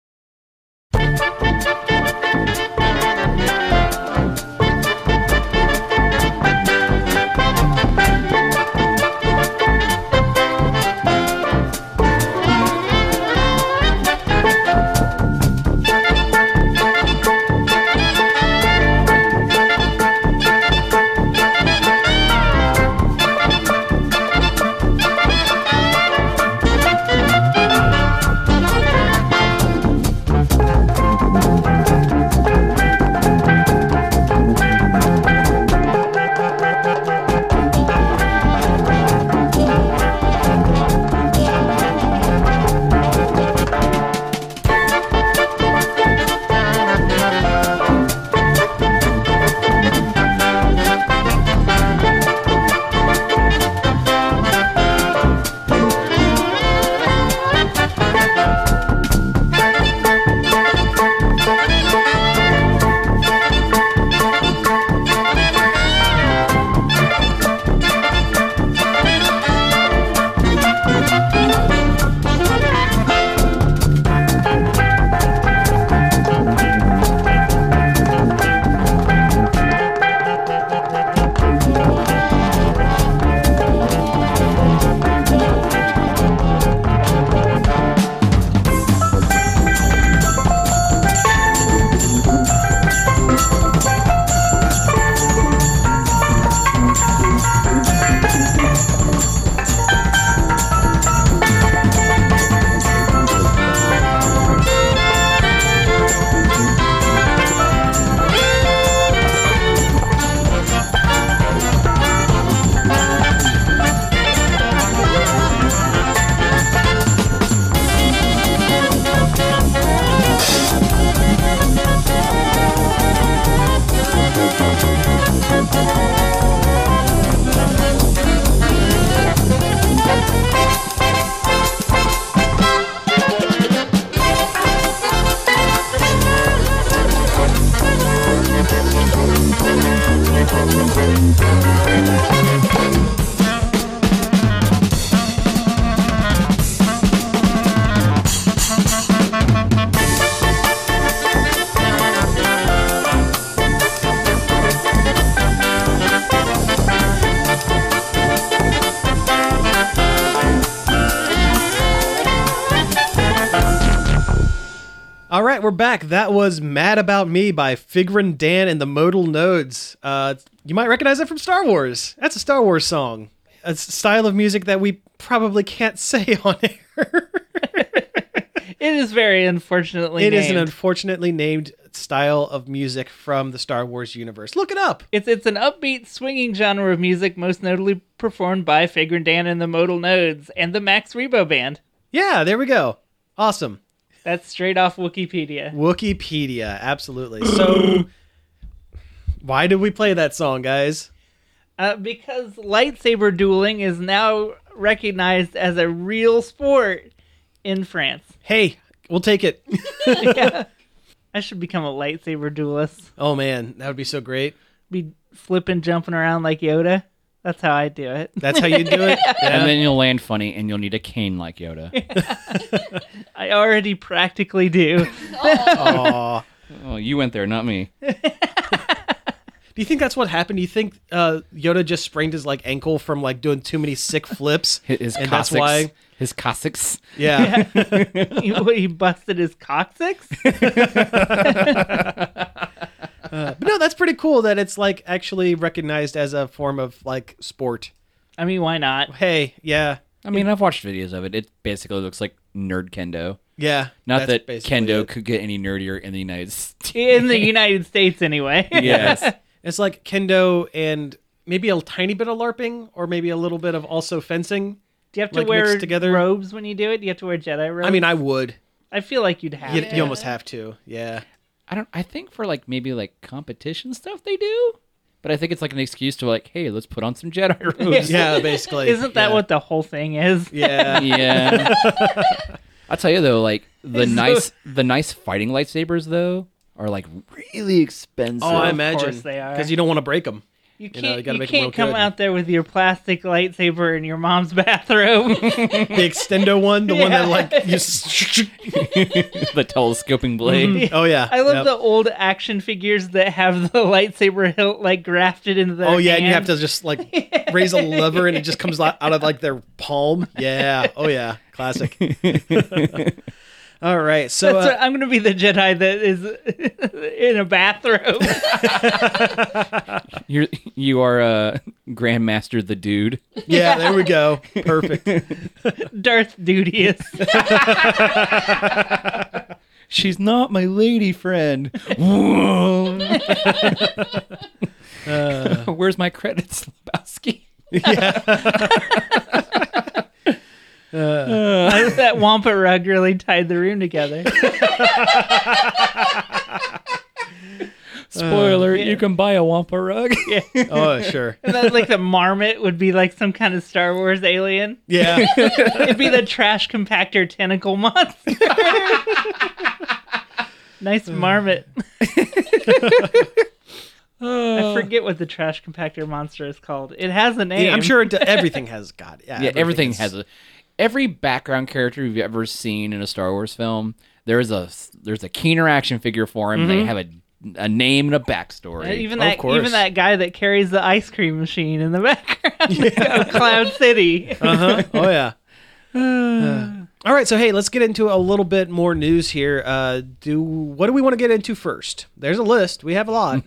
Speaker 3: All right, we're back. That was Mad About Me by Figrin Dan and the Modal Nodes. Uh, you might recognize that from Star Wars. That's a Star Wars song. A s- style of music that we probably can't [laughs] say on air.
Speaker 2: It is very unfortunately.
Speaker 3: It is an
Speaker 2: named.
Speaker 3: unfortunately named style of music from the Star Wars universe. Look it up.
Speaker 2: It's it's an upbeat swinging genre of music, most notably performed by Fagrin Dan and the Modal Nodes and the Max Rebo Band.
Speaker 3: Yeah, there we go. Awesome.
Speaker 2: That's straight off Wikipedia.
Speaker 3: Wikipedia, absolutely. So, why did we play that song, guys?
Speaker 2: Uh, because lightsaber dueling is now recognized as a real sport in France. [laughs]
Speaker 3: Hey, we'll take it.
Speaker 2: I should become a lightsaber duelist.
Speaker 3: Oh man, that would be so great.
Speaker 2: Be flipping, jumping around like Yoda. That's how I do it.
Speaker 3: That's how you do it.
Speaker 4: And then you'll land funny and you'll need a cane like Yoda.
Speaker 2: I already practically do. [laughs]
Speaker 3: Aw.
Speaker 4: oh, you went there, not me.
Speaker 3: [laughs] Do you think that's what happened? Do you think uh, Yoda just sprained his like ankle from like doing too many sick flips?
Speaker 4: His, [laughs] his
Speaker 3: and
Speaker 4: Cossacks.
Speaker 3: that's why
Speaker 4: His Cossacks.
Speaker 3: [laughs] yeah.
Speaker 2: he, what, he busted his coccyx.
Speaker 3: But no, that's pretty cool that it's like actually recognized as a form of like sport.
Speaker 2: I mean, why not?
Speaker 3: Hey, yeah.
Speaker 4: I mean, I've watched videos of it. It basically looks like nerd kendo.
Speaker 3: Yeah.
Speaker 4: Not
Speaker 3: that's
Speaker 4: that
Speaker 3: basically
Speaker 4: kendo
Speaker 3: it.
Speaker 4: could get any nerdier in the United [laughs] States.
Speaker 2: In the United States, anyway.
Speaker 4: Yes.
Speaker 3: It's like kendo and maybe a tiny bit of larping or maybe a little bit of also fencing.
Speaker 2: Do [laughs] you have to
Speaker 3: Like,
Speaker 2: wear
Speaker 3: mixed together?
Speaker 2: robes when you do it? Do you have to wear Jedi robes?
Speaker 3: I mean, I would.
Speaker 2: I feel like you'd have.
Speaker 3: You,
Speaker 2: to.
Speaker 3: you almost have to.
Speaker 2: [laughs]
Speaker 3: Yeah.
Speaker 4: I don't. I think for like maybe like competition stuff they do, but I think it's like an excuse to like, hey, let's put on some Jedi [laughs] robes.
Speaker 3: Yeah, basically.
Speaker 2: Isn't that
Speaker 3: Yeah.
Speaker 2: what the whole thing is? [laughs]
Speaker 3: Yeah.
Speaker 4: yeah. I'll tell you though, like the nice the nice fighting lightsabers though are like really expensive.
Speaker 3: Oh, I
Speaker 2: Of
Speaker 3: imagine
Speaker 2: course they are.
Speaker 3: because you don't want to break them.
Speaker 2: You can't.
Speaker 3: know,
Speaker 2: You,
Speaker 3: you gotta make 'em
Speaker 2: can't
Speaker 3: look
Speaker 2: come
Speaker 3: good.
Speaker 2: out there with your plastic lightsaber in your mom's [laughs] bathroom.
Speaker 3: The extendo one, the one that
Speaker 2: Yeah.
Speaker 3: like you. s-
Speaker 4: [laughs] the telescoping blade.
Speaker 3: oh [laughs] yeah.
Speaker 2: I love
Speaker 3: Yep.
Speaker 2: the old action figures that have the lightsaber hilt like grafted into the.
Speaker 3: Oh yeah, and you have to just
Speaker 2: [laughs]
Speaker 3: like raise a lever and it just comes out out of like their palm. Yeah. Oh yeah.
Speaker 4: [laughs]
Speaker 3: Classic. All right. So
Speaker 2: That's
Speaker 3: uh,
Speaker 2: what- I'm going to be the Jedi that is [laughs] in
Speaker 3: [laughs]
Speaker 2: a bathrobe.
Speaker 4: You're you are uh, Grandmaster the dude.
Speaker 3: yeah, there we go. Perfect.
Speaker 2: Darth Dudious.
Speaker 4: She's not my lady friend. [laughs] Where's my credits, Lebowski?
Speaker 2: that Wampa rug really tied the
Speaker 3: [laughs]
Speaker 2: room together.
Speaker 4: Spoiler: You can buy a Wampa rug.
Speaker 3: Oh sure.
Speaker 2: And then, like the marmot would be like some kind of Star Wars alien. [laughs]
Speaker 3: Yeah.
Speaker 2: It'd be the trash compactor
Speaker 3: [laughs]
Speaker 2: tentacle monster. nice marmot. I forget what the trash compactor monster is called. It has a name.
Speaker 3: Oh. Yeah, I'm sure it, everything has got. Yeah.
Speaker 4: yeah, everything
Speaker 3: is-
Speaker 4: has a every background character you've ever seen in a Star Wars film. There's a there's a Keener action figure for him. They have a a name and a backstory.
Speaker 2: And Even
Speaker 3: Of
Speaker 2: that,
Speaker 3: course.
Speaker 2: even that guy that carries the ice cream machine in
Speaker 3: [laughs]
Speaker 2: the background of Cloud City.
Speaker 3: Uh-huh. Oh
Speaker 4: [laughs]
Speaker 3: yeah. Uh, all right, so hey, let's get into a little bit more news here. Uh, do what do we want to get into first? There's a list. We have a lot.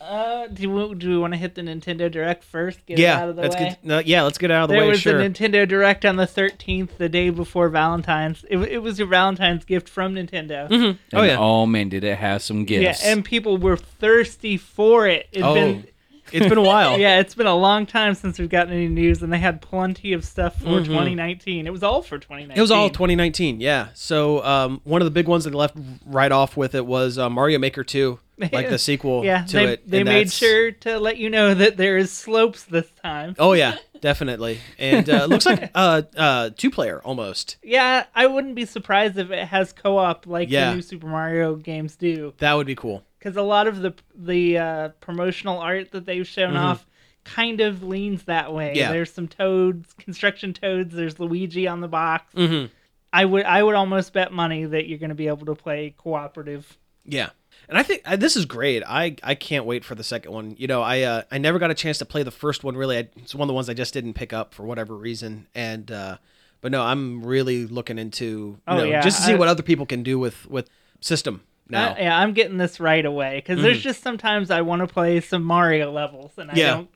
Speaker 2: Uh, do we, do we want to hit the Nintendo Direct first? Get it
Speaker 3: yeah,
Speaker 2: out of the
Speaker 3: let's
Speaker 2: way.
Speaker 3: get no, yeah, let's get out of the
Speaker 2: There
Speaker 3: way.
Speaker 2: was
Speaker 3: sure.
Speaker 2: a Nintendo Direct on the 13th, the day before Valentine's. It, w- it was your Valentine's gift from Nintendo.
Speaker 4: And,
Speaker 3: oh yeah.
Speaker 4: Oh man, did it have some gifts?
Speaker 2: Yeah, and people were thirsty for it. It's
Speaker 3: Oh.
Speaker 2: been
Speaker 3: It's been a while.
Speaker 2: [laughs] yeah, it's been a long time since we've gotten any news, and they had plenty of stuff for 2019. It was all for 2019.
Speaker 3: Mm-hmm. It was all 2019, yeah. So um, one of the big ones that they left right off with it was uh, Mario Maker
Speaker 2: [laughs]
Speaker 3: 2, like the sequel
Speaker 2: Yeah,
Speaker 3: to
Speaker 2: they,
Speaker 3: it.
Speaker 2: they
Speaker 3: and
Speaker 2: made
Speaker 3: that's-
Speaker 2: sure to let you know that there is slopes this time.
Speaker 3: Oh yeah, definitely. And uh, it looks like uh, uh, two player almost.
Speaker 2: Yeah, I wouldn't be surprised if it has co-op like
Speaker 3: Yeah.
Speaker 2: the new Super Mario games do.
Speaker 3: That would be cool.
Speaker 2: because a lot of the the uh, promotional art that they've shown off kind of leans that way.
Speaker 3: Mm-hmm. Yeah.
Speaker 2: There's some toads, construction toads. There's Luigi on the box.
Speaker 3: Mm-hmm.
Speaker 2: I would I would almost bet money that you're going to be able to play cooperative.
Speaker 3: Yeah. And I think I, this is great. I, I can't wait for the second one. You know, I uh, I never got a chance to play the first one. Really, I, it's one of the ones I just didn't pick up for whatever reason. And uh, but no, I'm really looking into you
Speaker 2: Oh,
Speaker 3: know,
Speaker 2: yeah,
Speaker 3: just to see
Speaker 2: I-
Speaker 3: what other people can do with with system now.
Speaker 2: I- yeah, I'm getting this right away because there's just sometimes I want to play some Mario levels and I
Speaker 3: Mm-hmm. Yeah.
Speaker 2: don't.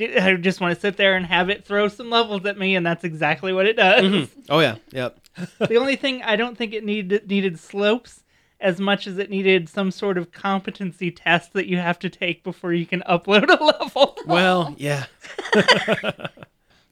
Speaker 2: I just want to sit there and have it throw some levels at me, and that's exactly what it does.
Speaker 3: oh yeah, yep.
Speaker 2: The only thing I don't think it needed needed slopes as much as it needed some sort of competency test that you have to take before you can upload a [laughs] level.
Speaker 3: Well, yeah.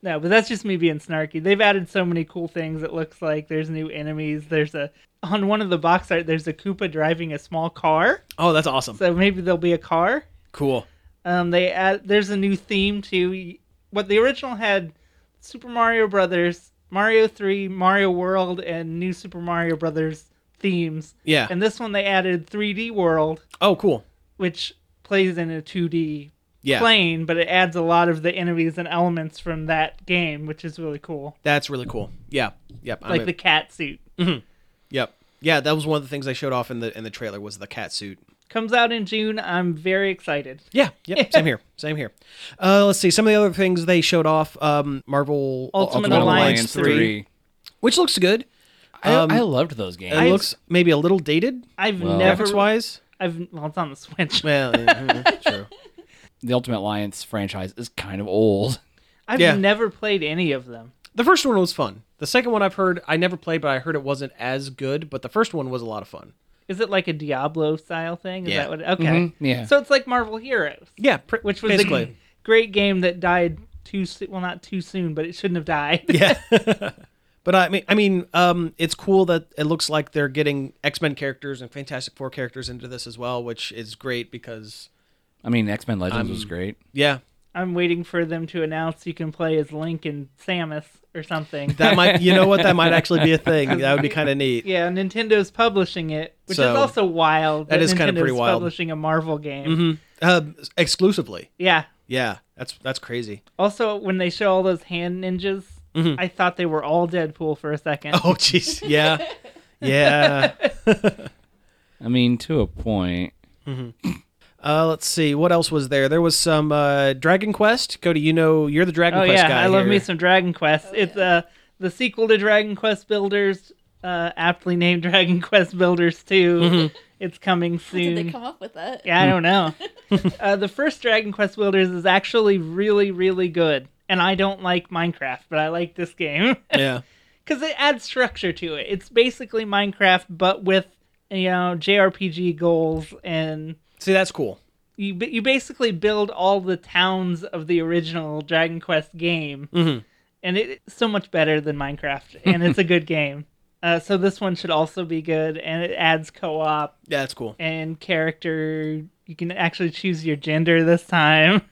Speaker 2: no, but that's just me being snarky. They've added so many cool things. It looks like there's new enemies. There's a on one of the box art. There's a Koopa driving a small car.
Speaker 3: Oh, that's awesome.
Speaker 2: So maybe there'll be a car.
Speaker 3: Cool.
Speaker 2: Um, they add there's a new theme to what the original had: Super Mario Brothers, Mario Three, Mario World, and New Super Mario Brothers themes.
Speaker 3: Yeah.
Speaker 2: And this one they added 3D World,
Speaker 3: Oh, cool.
Speaker 2: which plays in a 2D
Speaker 3: Yeah.
Speaker 2: plane, but it adds a lot of the enemies and elements from that game, which is really cool.
Speaker 3: That's really cool. Yeah. Yep. I'm
Speaker 2: Like
Speaker 3: in.
Speaker 2: the cat suit.
Speaker 3: Yep. Yeah, that was one of the things they showed off in the in the trailer was the cat suit.
Speaker 2: Comes out in June. I'm very excited.
Speaker 3: Yeah, yep, same here, same here. Uh, let's see some of the other things they showed off. Um, Marvel
Speaker 2: Ultimate
Speaker 4: Marvel
Speaker 2: Alliance
Speaker 4: Alliance
Speaker 2: 3.
Speaker 4: 3.
Speaker 3: which looks good.
Speaker 4: I,
Speaker 3: Um,
Speaker 4: I loved those games.
Speaker 3: It looks maybe a little dated
Speaker 2: I've
Speaker 4: Well-
Speaker 2: never.
Speaker 3: graphics wise.
Speaker 2: I've well, it's on the Switch.
Speaker 3: Well, yeah, true.
Speaker 4: the Ultimate Alliance franchise is kind of old.
Speaker 2: I've
Speaker 3: yeah.
Speaker 2: never played any of them.
Speaker 3: [laughs] The first one was fun. The second one I've heard I never played, but I heard it wasn't as good. But the first one was a lot of fun.
Speaker 2: Is it like a Diablo style thing? Is
Speaker 3: Mm-hmm. Yeah.
Speaker 2: that what? Okay.
Speaker 4: Mhm, yeah.
Speaker 2: So it's like Marvel Heroes,
Speaker 3: Yeah, pr-
Speaker 2: which was
Speaker 3: basically
Speaker 2: a great game that died too soon. Well, not too soon, but it shouldn't have died.
Speaker 3: But I mean, I mean, um, it's cool that it looks like they're getting X Men characters and Fantastic Four characters into this as well, which is great because
Speaker 4: I mean, X Men Legends was great.
Speaker 3: yeah,
Speaker 2: [laughs] I'm waiting for them to announce you can play as Link and Samus
Speaker 3: [laughs]
Speaker 2: or something.
Speaker 3: that might you know what that might actually be a thing. That would be kind of neat.
Speaker 2: yeah, Nintendo's publishing it, which
Speaker 3: So,
Speaker 2: is also wild.
Speaker 3: that is kinda pretty
Speaker 2: Nintendo's
Speaker 3: wild.
Speaker 2: Publishing a Marvel game.
Speaker 3: Uh, exclusively,
Speaker 2: Yeah.
Speaker 3: yeah, that's that's crazy.
Speaker 2: Also, when they show all those hand ninjas, I thought they were all Deadpool for a
Speaker 3: [laughs]
Speaker 2: second.
Speaker 3: Mm-hmm. [laughs] Oh jeez, yeah, yeah.
Speaker 4: I mean, to a point.
Speaker 3: Uh, let's see what else was there. There was some uh, Dragon Quest. Cody, you know you're the Dragon
Speaker 2: Oh,
Speaker 3: Quest
Speaker 2: yeah,
Speaker 3: guy.
Speaker 2: I love
Speaker 3: here.
Speaker 2: me some Dragon
Speaker 5: Oh,
Speaker 2: Quest. it's uh, the sequel to Dragon Quest Builders, uh, aptly named [laughs] Dragon Quest Builders 2.
Speaker 3: Mm-hmm.
Speaker 2: It's coming
Speaker 5: How
Speaker 2: soon.
Speaker 5: did they come up with that?
Speaker 2: Yeah, I don't
Speaker 5: [laughs]
Speaker 2: know. uh, the first Dragon Quest Builders is actually really, really good. And I don't like Minecraft, but I like this game [laughs]
Speaker 3: Yeah,
Speaker 2: because it adds structure to it. It's basically Minecraft, but with you know JRPG goals, and
Speaker 3: see that's cool.
Speaker 2: you ba- you basically build all the towns of the original Dragon Quest game,
Speaker 3: Mm-hmm.
Speaker 2: and it- it's so much better than Minecraft, and it's
Speaker 3: [laughs]
Speaker 2: a good game. Uh, so this one should also be good, and it adds co-op
Speaker 3: Yeah, that's cool.
Speaker 2: and character. You can actually choose your gender this time.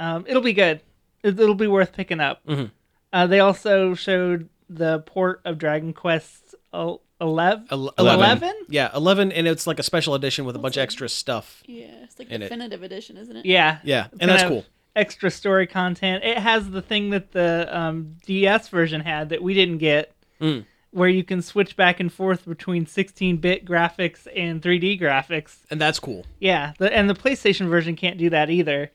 Speaker 2: Um, it'll be good. It- It'll be worth picking up.
Speaker 3: Mm-hmm.
Speaker 2: Uh, they also showed the port of Dragon Quest el- elev-
Speaker 3: Ele-
Speaker 2: 11?
Speaker 3: Yeah, eleven, and it's like a special edition with a bunch of extra stuff.
Speaker 5: Yeah, it's like
Speaker 3: In it.
Speaker 5: definitive edition, isn't it?
Speaker 2: Yeah.
Speaker 3: Yeah,
Speaker 2: It's
Speaker 3: and that's
Speaker 2: gonna
Speaker 3: cool.
Speaker 2: have Extra story content. It has the thing that the um, DS version had that we didn't get,
Speaker 3: Mm.
Speaker 2: where you can switch back and forth between 16 bit graphics and 3D graphics.
Speaker 3: and that's cool.
Speaker 2: Yeah, the, and the PlayStation version can't do that either.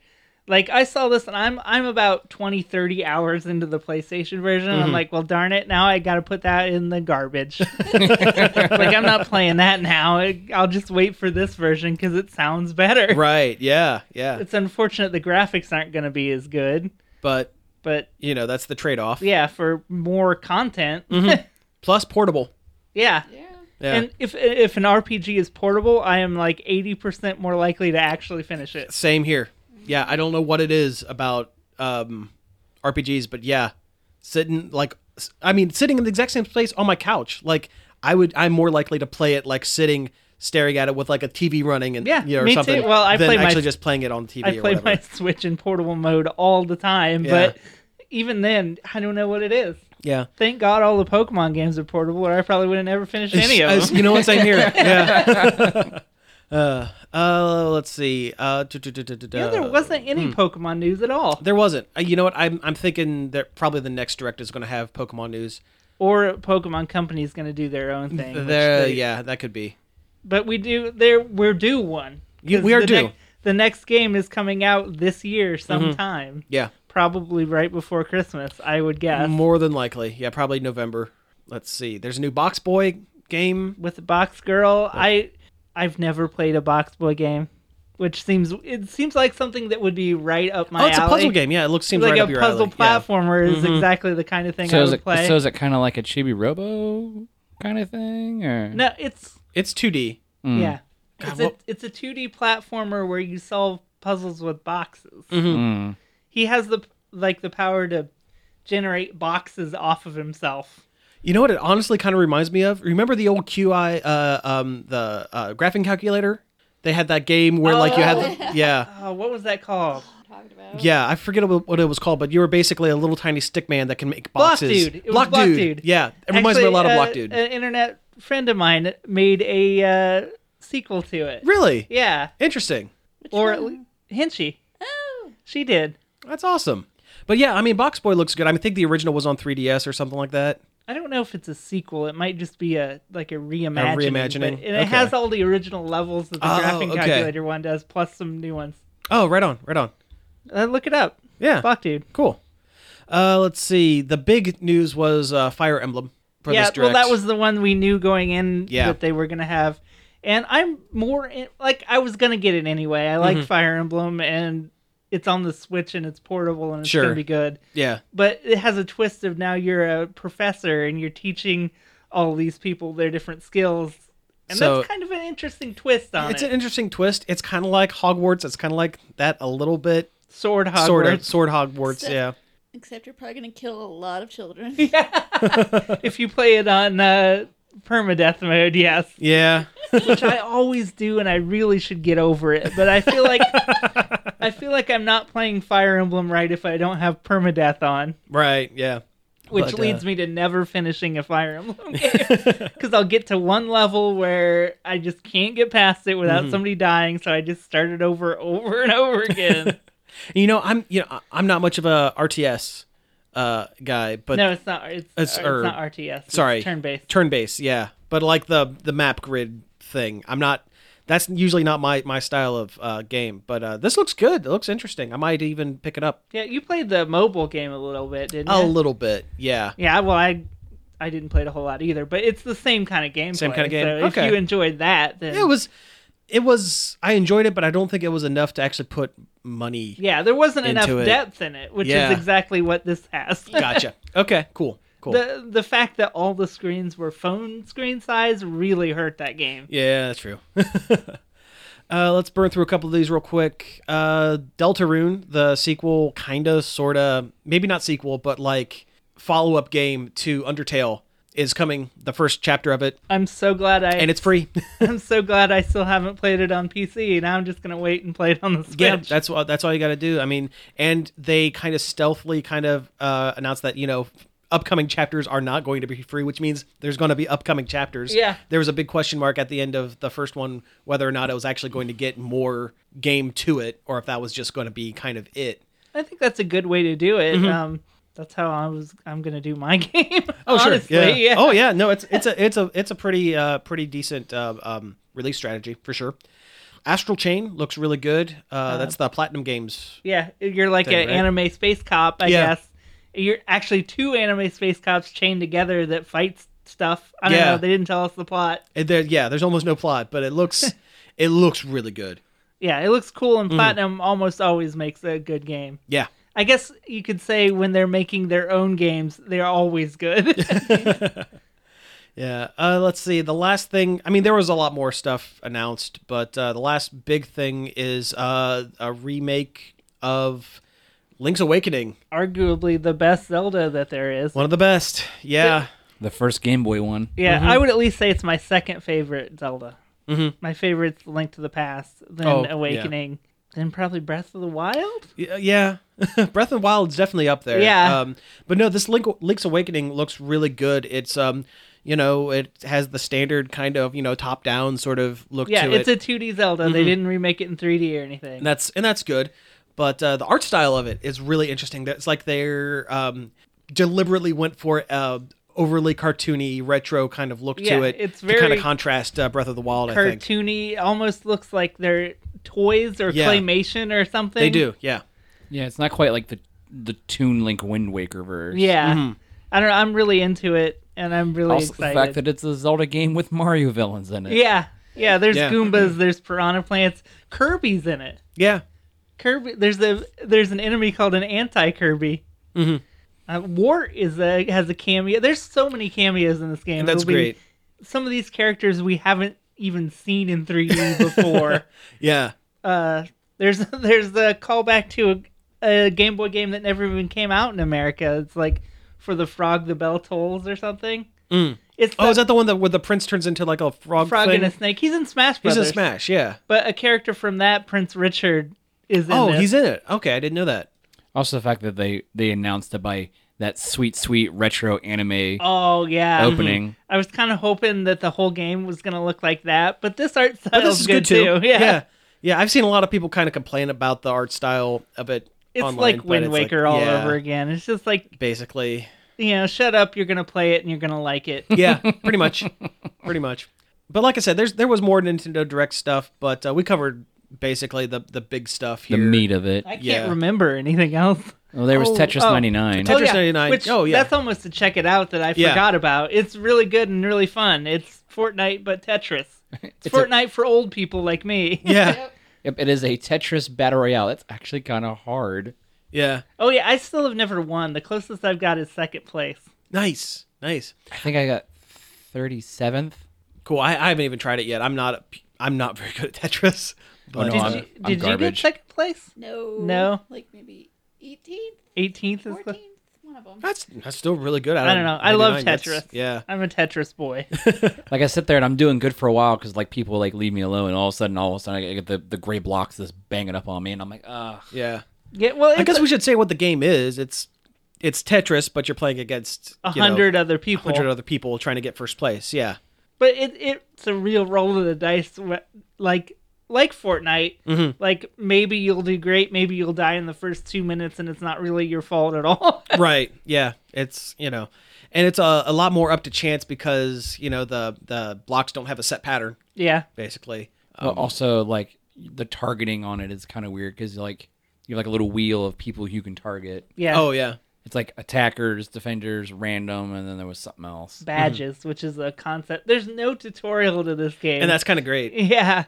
Speaker 2: Like I saw this and I'm I'm about 20 30 hours into the PlayStation version.
Speaker 3: Mm-hmm.
Speaker 2: I'm like, well darn it, now I got to put that in the
Speaker 3: [laughs]
Speaker 2: garbage. like I'm not playing that now. I- I'll just wait for this version cuz it sounds better.
Speaker 3: Right? Yeah, yeah.
Speaker 2: It's unfortunate the graphics aren't going to be as good,
Speaker 3: But
Speaker 2: but
Speaker 3: you know that's the trade-off.
Speaker 2: yeah, for more content. [laughs]
Speaker 3: Plus portable.
Speaker 2: Mm-hmm. yeah.
Speaker 5: Yeah.
Speaker 3: Yeah.
Speaker 2: And if if an RPG is portable, I am like 80% more likely to actually finish it.
Speaker 3: Same here. Yeah, I don't know what it is about um, RPGs, but yeah, sitting like s- I mean, sitting in the exact same place on my couch, like I would, I'm more likely to play it like sitting, staring at it with like a TV running and
Speaker 2: Yeah,
Speaker 3: you know, or
Speaker 2: me too.
Speaker 3: something.
Speaker 2: Well, I
Speaker 3: than
Speaker 2: play my-
Speaker 3: actually just playing it on TV.
Speaker 2: I
Speaker 3: or
Speaker 2: play
Speaker 3: whatever.
Speaker 2: my [laughs] Switch in portable mode all the time, but even then, I don't know what it is.
Speaker 3: yeah.
Speaker 2: Thank God all the Pokemon games are portable, or I probably would have never
Speaker 3: [laughs]
Speaker 2: finished any
Speaker 3: I
Speaker 2: of
Speaker 3: was-
Speaker 2: them.
Speaker 3: you know what? Same
Speaker 2: [laughs]
Speaker 3: here. Yeah. [laughs] uh, uh, let's see. Uh, du- du- du- du- du-
Speaker 2: [laughs] You know,
Speaker 3: du.
Speaker 2: there wasn't any Pokemon news at all,
Speaker 3: There wasn't. Uh, you know what? I'm I'm thinking that probably the next direct is going to have Pokemon news.
Speaker 2: or Pokemon Company is going to do their own thing. which
Speaker 3: There,
Speaker 2: they-
Speaker 3: yeah, that could be.
Speaker 2: But we do there. We're due one. 'Cause
Speaker 3: we are
Speaker 2: the
Speaker 3: due. Mm-hmm.
Speaker 2: nec- the next game is coming out this year sometime,
Speaker 3: Yeah.
Speaker 2: probably right before Christmas, I would guess.
Speaker 3: More than likely. Yeah, probably November. Let's see. There's a new Box Boy game.
Speaker 2: with the box girl i i've never played a box boy game which seems it seems like something that would be right up my
Speaker 3: Oh, it's a
Speaker 2: alley.
Speaker 3: puzzle game. Yeah, it looks seems
Speaker 2: like
Speaker 3: right
Speaker 2: a
Speaker 3: up your
Speaker 2: puzzle
Speaker 3: alley. Mm-hmm.
Speaker 2: platformer is exactly the kind of thing i
Speaker 4: So
Speaker 2: would
Speaker 4: is it
Speaker 2: play
Speaker 4: so is it kind of like a Chibi Robo kind of thing, or
Speaker 2: no it's
Speaker 3: Yeah. It's 2D.
Speaker 2: yeah it's,
Speaker 3: what-
Speaker 2: a, it's a 2d platformer where you solve puzzles with boxes
Speaker 3: Mm-hmm.
Speaker 2: he has the like the power to generate boxes off of himself
Speaker 3: You know what? It honestly kind of reminds me of. Remember the old QI, uh, um, the uh, graphing calculator? They had that game where like you had, the, yeah,
Speaker 2: oh what was that called
Speaker 5: Talked about.
Speaker 3: yeah. I forget what what it was called, but you were basically a little tiny stick man that can make
Speaker 2: Block
Speaker 3: boxes.
Speaker 2: Dude. It was Block Dude.
Speaker 3: Yeah, it reminds me a lot of
Speaker 2: Actually,
Speaker 3: Block
Speaker 2: uh,
Speaker 3: Dude.
Speaker 2: An internet friend of mine made a uh, sequel to it.
Speaker 3: Really?
Speaker 2: Yeah,
Speaker 3: Interesting.
Speaker 2: or at le- Hinchy.
Speaker 5: Oh,
Speaker 2: She did.
Speaker 3: That's awesome. But yeah, I mean, Box Boy looks good. I mean, I think the original was on 3DS or something like that.
Speaker 2: I don't know if it's a sequel. It might just be a like a reimagining.
Speaker 3: reimagining?
Speaker 2: but- and
Speaker 3: Okay.
Speaker 2: it has all the original levels that the
Speaker 3: Oh,
Speaker 2: graphing
Speaker 3: okay.
Speaker 2: calculator one does, plus some new ones.
Speaker 3: Oh, right on, right on.
Speaker 2: Uh, look it up.
Speaker 3: [laughs] Yeah.
Speaker 2: Fuck, dude.
Speaker 3: Cool. Uh, let's see. The big news was uh, Fire Emblem for
Speaker 2: yeah,
Speaker 3: this direct.
Speaker 2: well, that was the one we knew going in
Speaker 3: Yeah.
Speaker 2: that they were gonna have, and I'm more in, like I was gonna get it anyway. I
Speaker 3: Mm-hmm.
Speaker 2: like Fire Emblem, and it's on the Switch and it's portable and it's
Speaker 3: Sure.
Speaker 2: gonna be good.
Speaker 3: yeah,
Speaker 2: But it has a twist of now you're a professor and you're teaching all these people their different skills, and
Speaker 3: So-
Speaker 2: that's kind of an interesting twist on
Speaker 3: it's
Speaker 2: it.
Speaker 3: an interesting twist. It's kind of like Hogwarts. It's kind of like that a little bit,
Speaker 2: Sword Hogwarts.
Speaker 3: sort of,
Speaker 2: [laughs]
Speaker 3: sword Hogwarts.
Speaker 5: So-
Speaker 3: yeah,
Speaker 5: except you're probably gonna kill a lot
Speaker 2: [laughs]
Speaker 5: of children.
Speaker 2: If you play it on uh, permadeath mode, yes.
Speaker 3: yeah.
Speaker 2: which I always do, and I really should get over it. But I
Speaker 3: [laughs]
Speaker 2: feel like I feel like I'm not playing Fire Emblem right if I don't have permadeath on,
Speaker 3: right, yeah.
Speaker 2: which
Speaker 3: But, uh,
Speaker 2: leads me to never finishing a
Speaker 3: [laughs]
Speaker 2: Fire Emblem game because I'll get to one level where I just can't get past it without
Speaker 3: Mm-hmm.
Speaker 2: somebody dying, so I just start it over, over and over again.
Speaker 3: You know, I'm you know I- I'm not much of a RTS uh guy, but
Speaker 2: no, it's not. It's,
Speaker 3: It's,
Speaker 2: it's,
Speaker 3: er,
Speaker 2: not RTS. it's
Speaker 3: sorry,
Speaker 2: turn-based.
Speaker 3: turn based, yeah. But like the the map grid thing, I'm not. That's usually not my my style of uh, game. But uh, this looks good. It looks interesting. I might even pick it up
Speaker 2: yeah, you played the mobile game a little bit, didn't
Speaker 3: a
Speaker 2: you?
Speaker 3: little bit. Yeah.
Speaker 2: Yeah, well, I I didn't play it a whole lot either, but it's the same kind of game.
Speaker 3: Same kind of game?
Speaker 2: So
Speaker 3: Okay.
Speaker 2: If you enjoyed that, then
Speaker 3: It was. It was. I enjoyed it, but I don't think it was enough to actually put [laughs] money.
Speaker 2: yeah, there wasn't enough
Speaker 3: Into it.
Speaker 2: depth in it, which
Speaker 3: Yeah.
Speaker 2: is exactly what this
Speaker 3: [laughs]
Speaker 2: has.
Speaker 3: Gotcha. okay. Cool. Cool.
Speaker 2: the the fact that all the screens were phone screen size really hurt that game.
Speaker 3: Yeah, that's true. [laughs] uh, let's burn through a couple of these real quick. Uh, Deltarune, the sequel, kind of, sort of, maybe not sequel, but like follow up game to Undertale is coming, the first chapter of it,
Speaker 2: I'm so glad I
Speaker 3: and it's free.
Speaker 2: [laughs]
Speaker 3: [laughs]
Speaker 2: I'm so glad I still haven't played it on PC. Now I'm just gonna wait and play it on the Switch.
Speaker 3: yeah, that's what that's all you got to do. I mean, and they kind of stealthily kind of uh, announced that you know upcoming chapters are not going to be free, which means there's going to be upcoming chapters.
Speaker 2: Yeah.
Speaker 3: there was a big question mark at the end of the first one whether or not it was actually going to get more game to it, or if that was just going to be kind of it.
Speaker 2: I think that's a good way to do
Speaker 3: Mm-hmm.
Speaker 2: it. Um, that's how I was. I'm gonna do my [laughs] game. honestly.
Speaker 3: Oh, yeah.
Speaker 2: yeah.
Speaker 3: Oh yeah, no, it's it's a it's a it's a pretty uh, pretty decent uh, um, release strategy for sure. Astral Chain looks really good. Uh, that's the Platinum Games.
Speaker 2: Yeah, you're like
Speaker 3: thing,
Speaker 2: an
Speaker 3: right?
Speaker 2: anime space cop, I
Speaker 3: Yeah.
Speaker 2: guess. You're actually two anime space cops chained together that fights stuff. I don't
Speaker 3: Yeah.
Speaker 2: know. They didn't tell us the plot.
Speaker 3: And there, yeah, there's almost no plot, but it
Speaker 2: [laughs]
Speaker 3: looks it looks really good.
Speaker 2: Yeah, it looks cool,
Speaker 3: Mm.
Speaker 2: and Platinum almost always makes a good game.
Speaker 3: Yeah.
Speaker 2: I guess you could say when they're making their own games, they're
Speaker 3: [laughs]
Speaker 2: always good. [laughs]
Speaker 3: Yeah. Uh, let's see. The last thing, I mean, there was a lot more stuff announced, but uh, the last big thing is uh, a remake of Link's Awakening.
Speaker 2: Arguably the best Zelda that there is.
Speaker 3: One of the best. Yeah.
Speaker 4: The first Game Boy one.
Speaker 2: Yeah,
Speaker 3: mm-hmm.
Speaker 2: I would at least say it's my second favorite Zelda. Mm-hmm. My favorite's Link to the Past, then
Speaker 3: Oh, yeah.
Speaker 2: Awakening, then probably Breath of the Wild.
Speaker 3: Y- uh, Yeah. [laughs] Breath of the Wild is definitely up there.
Speaker 2: Yeah.
Speaker 3: Um, but no, this Link, Link's Awakening looks really good. It's, um, you know, it has the standard kind of, you know, top down sort of look
Speaker 2: Yeah,
Speaker 3: to
Speaker 2: it's
Speaker 3: it. Mm-hmm.
Speaker 2: a 2D Zelda. They didn't remake it in 3D or anything.
Speaker 3: and that's and that's good. But uh, the art style of it is really interesting. That's like they're um, deliberately went for uh, overly cartoony retro kind of look
Speaker 2: Yeah,
Speaker 3: to it.
Speaker 2: it's
Speaker 3: to kind
Speaker 2: very
Speaker 3: of contrast uh, Breath of the Wild. I think
Speaker 2: cartoony. Almost looks like they're toys or
Speaker 3: Yeah.
Speaker 2: claymation or something.
Speaker 3: they do. Yeah,
Speaker 4: Yeah, it's not quite like the the Toon Link Wind Waker verse.
Speaker 2: Yeah,
Speaker 3: Mm-hmm.
Speaker 2: I don't know. I'm really into it, and I'm really
Speaker 4: Also,
Speaker 2: excited.
Speaker 4: the fact that it's a Zelda game with Mario villains in it.
Speaker 2: yeah, yeah. There's
Speaker 3: Yeah. Mm-hmm.
Speaker 2: Goombas. There's piranha plants. Kirby's in it.
Speaker 3: yeah.
Speaker 2: Kirby. There's a there's an enemy called an anti Kirby.
Speaker 3: Mm-hmm.
Speaker 2: Uh, Wart is a has a cameo. There's so many cameos in this game.
Speaker 3: That's
Speaker 2: It'll be-
Speaker 3: great.
Speaker 2: Some of these characters we haven't even seen in
Speaker 3: [laughs]
Speaker 2: 3D before.
Speaker 3: Yeah,
Speaker 2: uh, there's [laughs] there's the callback to a, a Game Boy game that never even came out in America. It's like for the frog, the bell tolls or something. It's the
Speaker 3: Oh, is that the one that where the prince turns into like a frog?
Speaker 2: frog
Speaker 3: thing?
Speaker 2: and a snake. He's in Smash
Speaker 3: He's
Speaker 2: Brothers.
Speaker 3: in Smash. Yeah.
Speaker 2: But a character from that, Prince Richard, is in
Speaker 3: Oh,
Speaker 2: this.
Speaker 3: he's in it. Okay, I didn't know that.
Speaker 4: Also, the fact that they they announced it by that sweet, sweet retro anime
Speaker 2: Oh yeah.
Speaker 3: Mm-hmm.
Speaker 4: opening.
Speaker 2: I was kind of hoping that the whole game was going to look like that, but this art style
Speaker 3: But this is good, too.
Speaker 2: [laughs] Yeah.
Speaker 3: yeah, Yeah, I've seen a lot of people kind of complain about the art style of it.
Speaker 2: It's
Speaker 3: online,
Speaker 2: like
Speaker 3: but
Speaker 2: Wind
Speaker 3: it's like-
Speaker 2: Waker all
Speaker 3: yeah,
Speaker 2: over again. It's just like,
Speaker 3: Basically,
Speaker 2: you know, shut up, you're going to play it and you're going to
Speaker 3: [laughs]
Speaker 2: like it.
Speaker 3: yeah, pretty much, pretty much. But like I said, there's there was more Nintendo Direct stuff, but uh, we covered basically the the big stuff
Speaker 4: The
Speaker 3: here.
Speaker 4: meat of it.
Speaker 2: I can't
Speaker 3: Yeah.
Speaker 2: remember anything else.
Speaker 4: Oh, there was
Speaker 3: Oh,
Speaker 4: Tetris
Speaker 2: oh,
Speaker 4: 99.
Speaker 3: Tetris 99.
Speaker 2: Which,
Speaker 3: Oh, yeah.
Speaker 2: That's almost to check it out that I
Speaker 3: Yeah.
Speaker 2: forgot about. It's really good and really fun. It's Fortnite
Speaker 3: [laughs]
Speaker 2: but Tetris. It's,
Speaker 4: It's a-
Speaker 2: Fortnite for old people like me.
Speaker 3: Yeah,
Speaker 4: Yep, it is a Tetris battle royale. It's actually kind of hard.
Speaker 3: yeah.
Speaker 2: [laughs] oh yeah, I still have never won. The closest I've got is second place.
Speaker 3: Nice, nice,
Speaker 4: I think I got 37th.
Speaker 3: cool. I, I haven't even tried it yet. I'm not a, I'm not very good at Tetris. But
Speaker 4: Oh, no,
Speaker 2: Did
Speaker 4: I'm-
Speaker 2: you,
Speaker 4: I'm
Speaker 2: did you get
Speaker 4: garbage.
Speaker 2: second place?
Speaker 5: No.
Speaker 2: No.
Speaker 5: Like maybe 18th,
Speaker 2: 18th is
Speaker 5: 14th,
Speaker 2: the.
Speaker 5: one of them.
Speaker 3: that's that's still really good. at
Speaker 2: I don't know. I love
Speaker 3: 99. That's-
Speaker 2: Tetris.
Speaker 3: Yeah,
Speaker 2: I'm a Tetris boy. [laughs]
Speaker 4: Like I sit there and I'm doing good for a while because like people like leave me alone, and all of a sudden, all of a sudden, I get the, the gray blocks just banging up on me, and I'm like, ugh.
Speaker 3: yeah.
Speaker 2: Yeah, well,
Speaker 3: I
Speaker 2: it's
Speaker 3: guess we should say what the game is. It's it's Tetris, but you're playing against
Speaker 2: a
Speaker 3: you know,
Speaker 2: hundred other people,
Speaker 3: 100 other people trying to get first place. Yeah.
Speaker 2: but it it's a real roll of the dice. wh- Like like Fortnite,
Speaker 3: Mm-hmm.
Speaker 2: like maybe you'll do great, maybe you'll die in the first two minutes, and it's not really your fault at all. [laughs]
Speaker 3: right yeah it's you know and it's a, a lot more up to chance because you know the the blocks don't have a set pattern
Speaker 2: yeah,
Speaker 3: basically
Speaker 4: But also, like the targeting on it is kind of weird because like you have like a little wheel of people you can target.
Speaker 2: yeah.
Speaker 3: oh yeah
Speaker 4: It's like attackers, defenders, random, and then there was something else.
Speaker 3: Mm-hmm.
Speaker 2: badges, which is a concept. There's no tutorial to this game,
Speaker 3: and that's kind of great
Speaker 2: [laughs] yeah.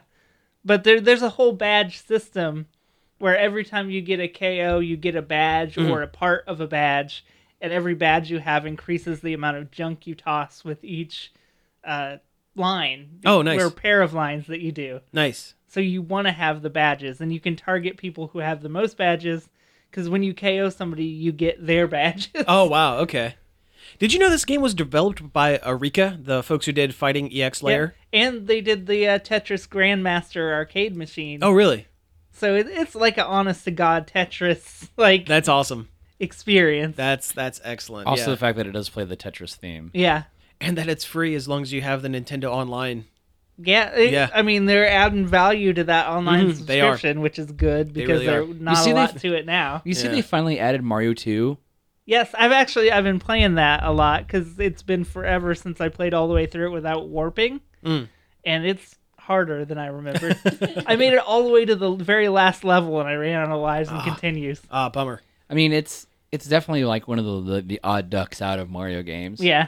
Speaker 2: But there there's a whole badge system where every time you get a KO, you get a badge
Speaker 3: Mm-hmm.
Speaker 2: or a part of a badge, and every badge you have increases the amount of junk you toss with each uh, line.
Speaker 3: Oh, nice.
Speaker 2: Or pair of lines that you do.
Speaker 3: nice
Speaker 2: So you want to have the badges, and you can target people who have the most badges. Because when you KO somebody, you get their [laughs] badges.
Speaker 3: oh wow okay did you know this game was developed by Eureka, the folks who did Fighting EX Layer?
Speaker 2: Yeah. And they did the uh, Tetris Grandmaster arcade machine.
Speaker 3: Oh, really?
Speaker 2: So it, it's like an honest to god Tetris like
Speaker 3: That's awesome.
Speaker 2: experience.
Speaker 3: That's that's excellent.
Speaker 4: Also,
Speaker 3: yeah.
Speaker 4: the fact that it does play the Tetris theme.
Speaker 2: yeah.
Speaker 3: and that it's free as long as you have the Nintendo Online.
Speaker 2: Yeah, it-
Speaker 3: Yeah.
Speaker 2: I mean, they're adding value to that online
Speaker 3: Mhm, they are.
Speaker 2: subscription, which is good because
Speaker 3: really
Speaker 2: there's
Speaker 3: are.
Speaker 2: not
Speaker 4: see,
Speaker 2: a
Speaker 4: they-
Speaker 2: lot to it now.
Speaker 4: You see,
Speaker 3: Yeah.
Speaker 4: they finally added Mario 2.
Speaker 2: Yes, I've actually I've been playing that a lot because it's been forever since I played all the way through it without warping,
Speaker 3: Mm.
Speaker 2: and it's harder than
Speaker 3: [laughs]
Speaker 2: I remembered. I made it all the way to the very last level, and I ran out of lives and continues.
Speaker 3: Ah, bummer.
Speaker 4: I mean, it's it's definitely like one of the, the the odd ducks out of Mario games.
Speaker 2: Yeah.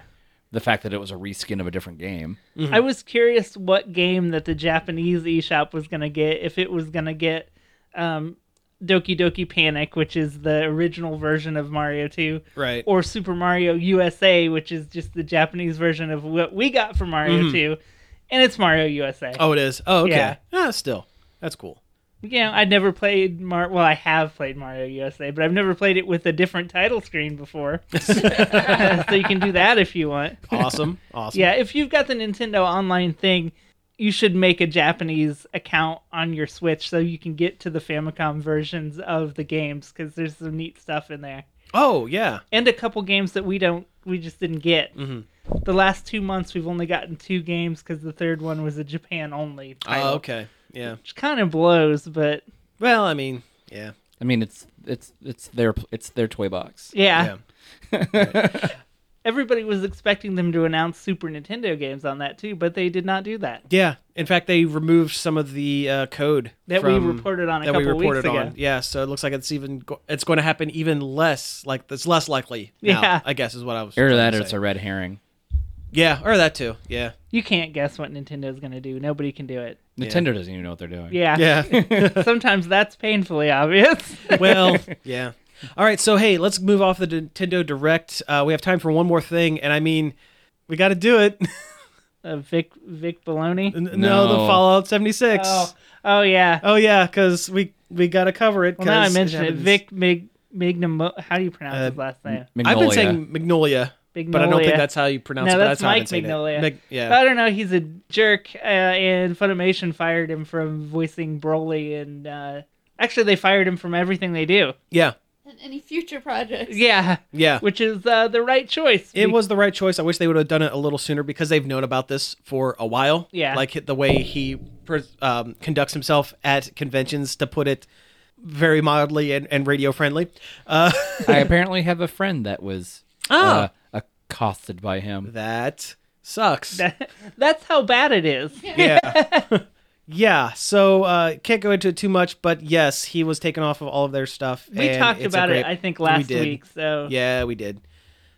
Speaker 4: the fact that it was a reskin of a different game.
Speaker 2: I was curious what game that the Japanese eShop was going to get, if it was going to get um, Doki Doki Panic, which is the original version of Mario 2,
Speaker 3: Right.
Speaker 2: or Super Mario USA, which is just the Japanese version of what we got for Mario 2. And it's Mario USA.
Speaker 3: Oh, it is. Oh, okay.
Speaker 2: Yeah.
Speaker 3: Ah, still. That's cool.
Speaker 2: You know, I'd never played Mar. Well, I have played Mario USA, but I've never played it with a different title screen before. [laughs] so you can do that if you want. [laughs]
Speaker 3: Awesome. awesome.
Speaker 2: Yeah, if you've got the Nintendo Online thing, you should make a Japanese account on your Switch so you can get to the Famicom versions of the games because there's some neat stuff in there
Speaker 3: Oh, yeah.
Speaker 2: and a couple games that we don't we just didn't get. The last two months we've only gotten two games because the third one was a Japan only title,
Speaker 3: Oh, okay. Yeah.
Speaker 2: which kind of blows. But
Speaker 3: Well, I mean, yeah.
Speaker 4: I mean, it's it's it's their it's their toy box.
Speaker 3: Yeah.
Speaker 2: yeah. [laughs] Everybody was expecting them to announce Super Nintendo games on that too, but they did not do that.
Speaker 3: Yeah. In fact, they removed some of the uh, code
Speaker 2: That we reported on a
Speaker 3: that we
Speaker 2: couple weeks
Speaker 3: reported
Speaker 2: ago.
Speaker 3: on. Yeah. So it looks like it's even go- it's going to happen even less. Like it's less likely. Now,
Speaker 2: Yeah.
Speaker 3: I guess is what I was.
Speaker 4: Either
Speaker 3: trying
Speaker 4: that
Speaker 3: to
Speaker 4: or it's
Speaker 3: say.
Speaker 4: a red herring.
Speaker 3: yeah, or that too. Yeah.
Speaker 2: You can't guess what Nintendo's going to do. Nobody can do it.
Speaker 4: Nintendo doesn't even know what they're doing.
Speaker 2: Yeah.
Speaker 3: Yeah.
Speaker 2: Sometimes that's painfully obvious.
Speaker 3: [laughs]
Speaker 2: [laughs]
Speaker 3: well. Yeah. All right. So hey, let's move off the Nintendo Direct. Uh, we have time for one more thing, and I mean, we got to do it. [laughs]
Speaker 2: uh, Vic Vic Baloney.
Speaker 3: N- no. the
Speaker 4: No.
Speaker 3: Fallout seventy six.
Speaker 2: Oh,
Speaker 3: Oh.
Speaker 2: oh yeah.
Speaker 3: yeah, because we we got to cover it.
Speaker 2: well, now I
Speaker 3: 'cause
Speaker 2: mentioned it.
Speaker 3: happens.
Speaker 2: Vic Mig Mignum. How do you pronounce his last name?
Speaker 3: I've
Speaker 4: Magnolia.
Speaker 3: been saying Magnolia. Uh, But I don't
Speaker 2: Magnolia.
Speaker 3: think that's how you pronounce
Speaker 2: No,
Speaker 3: it. but
Speaker 2: that's
Speaker 3: how I've
Speaker 2: Mike
Speaker 3: been saying it.
Speaker 2: Magnolia.
Speaker 3: Mag- yeah.
Speaker 2: I don't know. He's a jerk, uh, and Funimation fired him from voicing Broly, and uh, actually they fired him from everything they do.
Speaker 3: Yeah.
Speaker 5: in any future
Speaker 3: [laughs]
Speaker 5: projects.
Speaker 2: Yeah.
Speaker 3: Yeah.
Speaker 2: Which is uh, the right choice.
Speaker 3: It
Speaker 2: Be-
Speaker 3: was the right choice. I wish they would have done it a little sooner because they've known about this for a while.
Speaker 2: Yeah.
Speaker 3: Like the way he pres- um, conducts himself at conventions, to put it very mildly and, and radio friendly. Uh,
Speaker 4: I apparently have a friend that was uh,
Speaker 2: Oh.
Speaker 4: accosted by him.
Speaker 3: that sucks.
Speaker 2: That's how bad it is.
Speaker 3: yeah.
Speaker 2: [laughs]
Speaker 3: yeah. So uh, can't go into it too much, but yes, he was taken off of all of their stuff.
Speaker 2: We
Speaker 3: and
Speaker 2: talked
Speaker 3: it's a
Speaker 2: about it,
Speaker 3: great-
Speaker 2: I think,
Speaker 3: we
Speaker 2: last
Speaker 3: did.
Speaker 2: week. So
Speaker 3: Yeah, we did.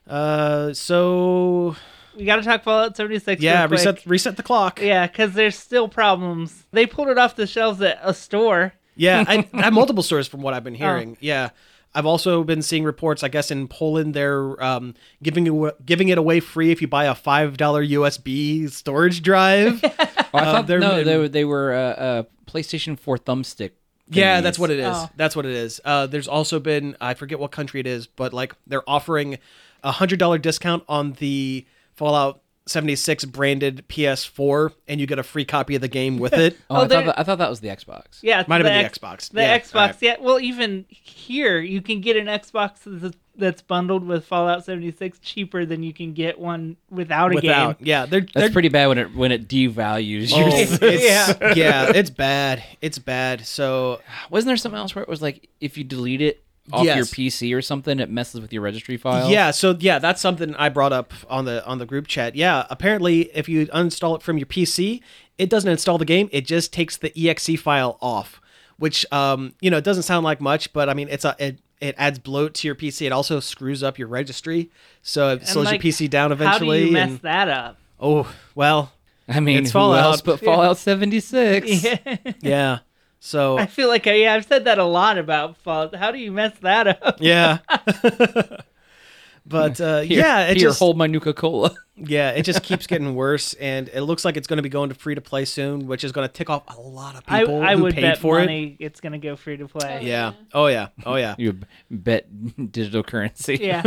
Speaker 3: Uh, so
Speaker 2: we got to talk Fallout 76.
Speaker 3: yeah,
Speaker 2: real quick.
Speaker 3: reset reset the clock.
Speaker 2: Yeah, because there's still problems. They pulled it off the shelves at a store.
Speaker 3: Yeah,
Speaker 2: [laughs]
Speaker 3: I, I have multiple stories from what I've been
Speaker 2: Oh.
Speaker 3: hearing. Yeah, I've also been seeing reports. I guess in Poland they're um, giving awa- giving it away free if you buy a five dollar USB storage
Speaker 2: [laughs]
Speaker 3: drive.
Speaker 4: Oh, I thought
Speaker 3: Uh, they're-
Speaker 4: no, they were, they were uh, uh, PlayStation 4 thumbstick.
Speaker 3: yeah,
Speaker 4: thingies.
Speaker 3: that's what it is.
Speaker 2: Oh.
Speaker 3: That's what it is. Uh, there's also been I forget what country it is, but like they're offering a hundred dollar discount on the Fallout. 76 branded PS4 and you get a free copy of the game
Speaker 2: [laughs]
Speaker 3: with it.
Speaker 4: Oh,
Speaker 2: Oh,
Speaker 4: I,
Speaker 2: they're-
Speaker 4: thought that, I thought that was the Xbox.
Speaker 2: Yeah, it's
Speaker 3: Might have been the
Speaker 2: X-
Speaker 3: Xbox.
Speaker 2: The
Speaker 3: Yeah,
Speaker 2: Xbox.
Speaker 3: all right.
Speaker 2: Yeah. Well, even here you can get an Xbox that's- that's bundled with Fallout 76 cheaper than you can get one without a
Speaker 3: Without,
Speaker 2: game.
Speaker 3: yeah, they're,
Speaker 4: That's
Speaker 3: they're
Speaker 4: pretty bad when it when it devalues your.
Speaker 3: Oh,
Speaker 2: [laughs]
Speaker 4: [laughs]
Speaker 3: it's, yeah. yeah, it's bad. It's bad. So
Speaker 4: Wasn't there something else where it was like if you delete it off
Speaker 3: Yes.
Speaker 4: your PC or something, it messes with your registry file?
Speaker 3: yeah, so yeah, that's something I brought up on the on the group chat. Yeah, apparently if you uninstall it from your PC, it doesn't install the game. It just takes the exe file off, which um you know it doesn't sound like much, but I mean it's a it, it adds bloat to your PC. It also screws up your registry, so it slows
Speaker 2: like,
Speaker 3: your PC down eventually.
Speaker 2: How do you mess
Speaker 3: and-
Speaker 2: that up?
Speaker 3: oh well,
Speaker 4: I mean,
Speaker 3: It's
Speaker 4: who
Speaker 3: Fallout.
Speaker 4: else but Fallout 76?
Speaker 3: yeah. So
Speaker 2: [laughs] I feel like I, yeah, I've said that a lot about Fallout. How do you mess that up?
Speaker 3: yeah. [laughs] But uh,
Speaker 4: Here-
Speaker 3: yeah, it
Speaker 4: here,
Speaker 3: just
Speaker 4: hold my Nuka Cola. [laughs]
Speaker 3: Yeah, it just
Speaker 2: [laughs]
Speaker 3: keeps getting worse, and it looks like it's going to be going to free to play soon, which is going to tick off a lot of
Speaker 2: I,
Speaker 3: people
Speaker 2: I
Speaker 3: who
Speaker 2: would
Speaker 3: paid
Speaker 2: bet
Speaker 3: for
Speaker 2: money it's going to go free to play.
Speaker 3: it. Yeah. Oh yeah. Oh
Speaker 4: [laughs]
Speaker 3: yeah.
Speaker 4: you b- bet digital currency.
Speaker 2: Yeah.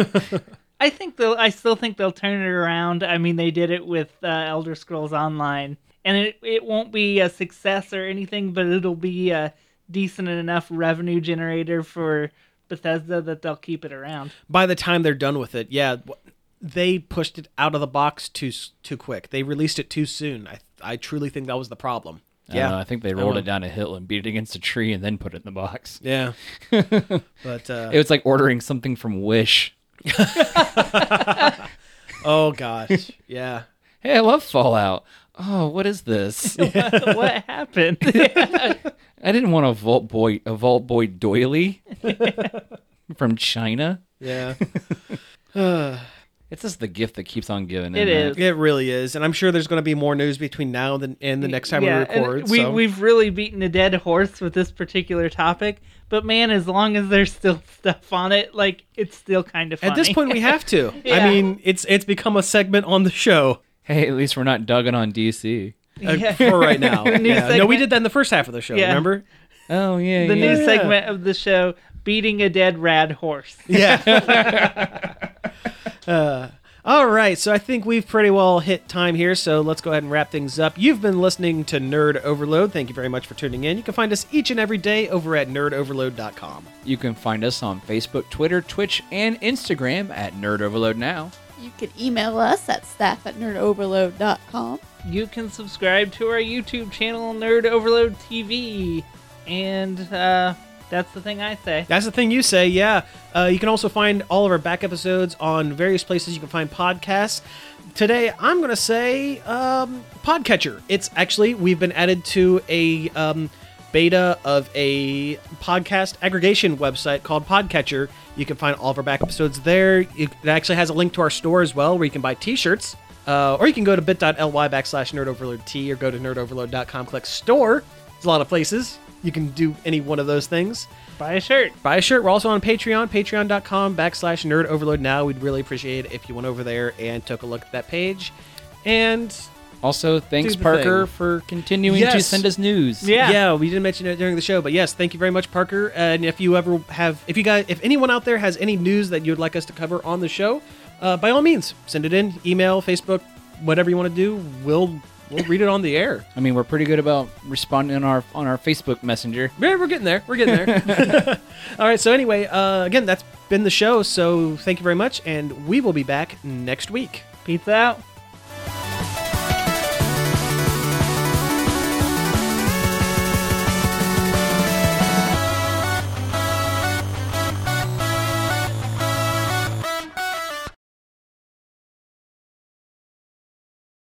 Speaker 2: I think they'll. I still think they'll turn it around. I mean, they did it with uh, Elder Scrolls Online, and it it won't be a success or anything, but it'll be a decent enough revenue generator for Bethesda that they'll keep it around.
Speaker 3: By the time they're done with it, yeah, w- they pushed it out of the box too s- too quick. They released it too soon. I I truly think that was the problem.
Speaker 4: I, don't know,
Speaker 3: Yeah. Um,
Speaker 4: I think they rolled it down a hill and beat it against a tree and then put it in the box.
Speaker 3: Yeah.
Speaker 4: [laughs]
Speaker 3: but uh,
Speaker 4: It was like ordering something from Wish.
Speaker 3: oh gosh. Yeah.
Speaker 4: Hey, I love Fallout. Oh, what
Speaker 3: [laughs]
Speaker 4: is this?
Speaker 2: what happened?
Speaker 4: I didn't want a Vault Boy a Vault
Speaker 3: [laughs]
Speaker 4: Boy doily from China. [laughs]
Speaker 3: Yeah.
Speaker 4: It's just the gift that keeps on giving.
Speaker 2: It
Speaker 4: isn't
Speaker 2: is.
Speaker 3: it really is, and I'm sure there's going to be more news between now and the, and the next time we
Speaker 2: [laughs] Yeah, and
Speaker 3: record.
Speaker 2: we
Speaker 3: so.
Speaker 2: we've really beaten a dead horse with this particular topic, but man, as long as there's still [laughs] stuff on it, like it's still kind of funny.
Speaker 3: At this point, we have
Speaker 2: [laughs]
Speaker 3: to.
Speaker 2: Yeah.
Speaker 3: I mean, it's it's become a segment on the show
Speaker 4: Hey, at least we're not dugging on DC.
Speaker 3: uh,
Speaker 2: Yeah.
Speaker 3: for right
Speaker 2: [laughs]
Speaker 3: now. Yeah. No, we
Speaker 2: segment.
Speaker 3: did that in the first half of the show.
Speaker 2: Yeah.
Speaker 3: Remember?
Speaker 4: Oh yeah,
Speaker 2: the
Speaker 4: yeah.
Speaker 2: new segment of the show, beating a dead rad horse.
Speaker 3: Yeah. [laughs] Uh, all right, so I think we've pretty well hit time here, so let's go ahead and wrap things up. You've been listening to Nerd Overload. Thank you very much for tuning in. You can find us each and every day over at nerdoverload.com.
Speaker 4: You can find us on Facebook, Twitter, Twitch, and Instagram at Nerd Overload Now.
Speaker 5: You can email us at staff at nerdoverload.com.
Speaker 2: You can subscribe to our YouTube channel, Nerd Overload TV, and uh, that's the thing I say.
Speaker 3: That's the thing you say, yeah. Uh, you can also find all of our back episodes on various places you can find podcasts. Today, I'm going to say um, Podcatcher. It's actually, we've been added to a um, beta of a podcast aggregation website called Podcatcher. You can find all of our back episodes there. It it actually has a link to our store as well where you can buy t shirts. Uh, or you can go to bit.ly backslash nerdoverload or go to nerdoverload.com, click store. There's a lot of places. You can do any one of those things
Speaker 2: Buy a shirt.
Speaker 3: buy a shirt. We're also on Patreon, patreon.com backslash nerd overload now. We'd really appreciate it if you went over there and took a look at that page. And
Speaker 4: Also, thanks
Speaker 3: Do the
Speaker 4: Parker
Speaker 3: thing.
Speaker 4: for continuing to
Speaker 3: Yes.
Speaker 4: send us news.
Speaker 2: Yeah.
Speaker 3: we didn't mention it during the show, but yes, thank you very much, Parker. And if you ever have, if you guys, if anyone out there has any news that you'd like us to cover on the show, uh, by all means, send it in, email, Facebook, whatever you want to do. We'll We'll read it on the air.
Speaker 4: I mean, we're pretty good about responding on our on our Facebook Messenger.
Speaker 3: [laughs] Yeah, we're getting there. We're getting there. [laughs] All right. So anyway, uh, again, that's been the show. So thank you very much, and we will be back next week.
Speaker 2: Pizza out.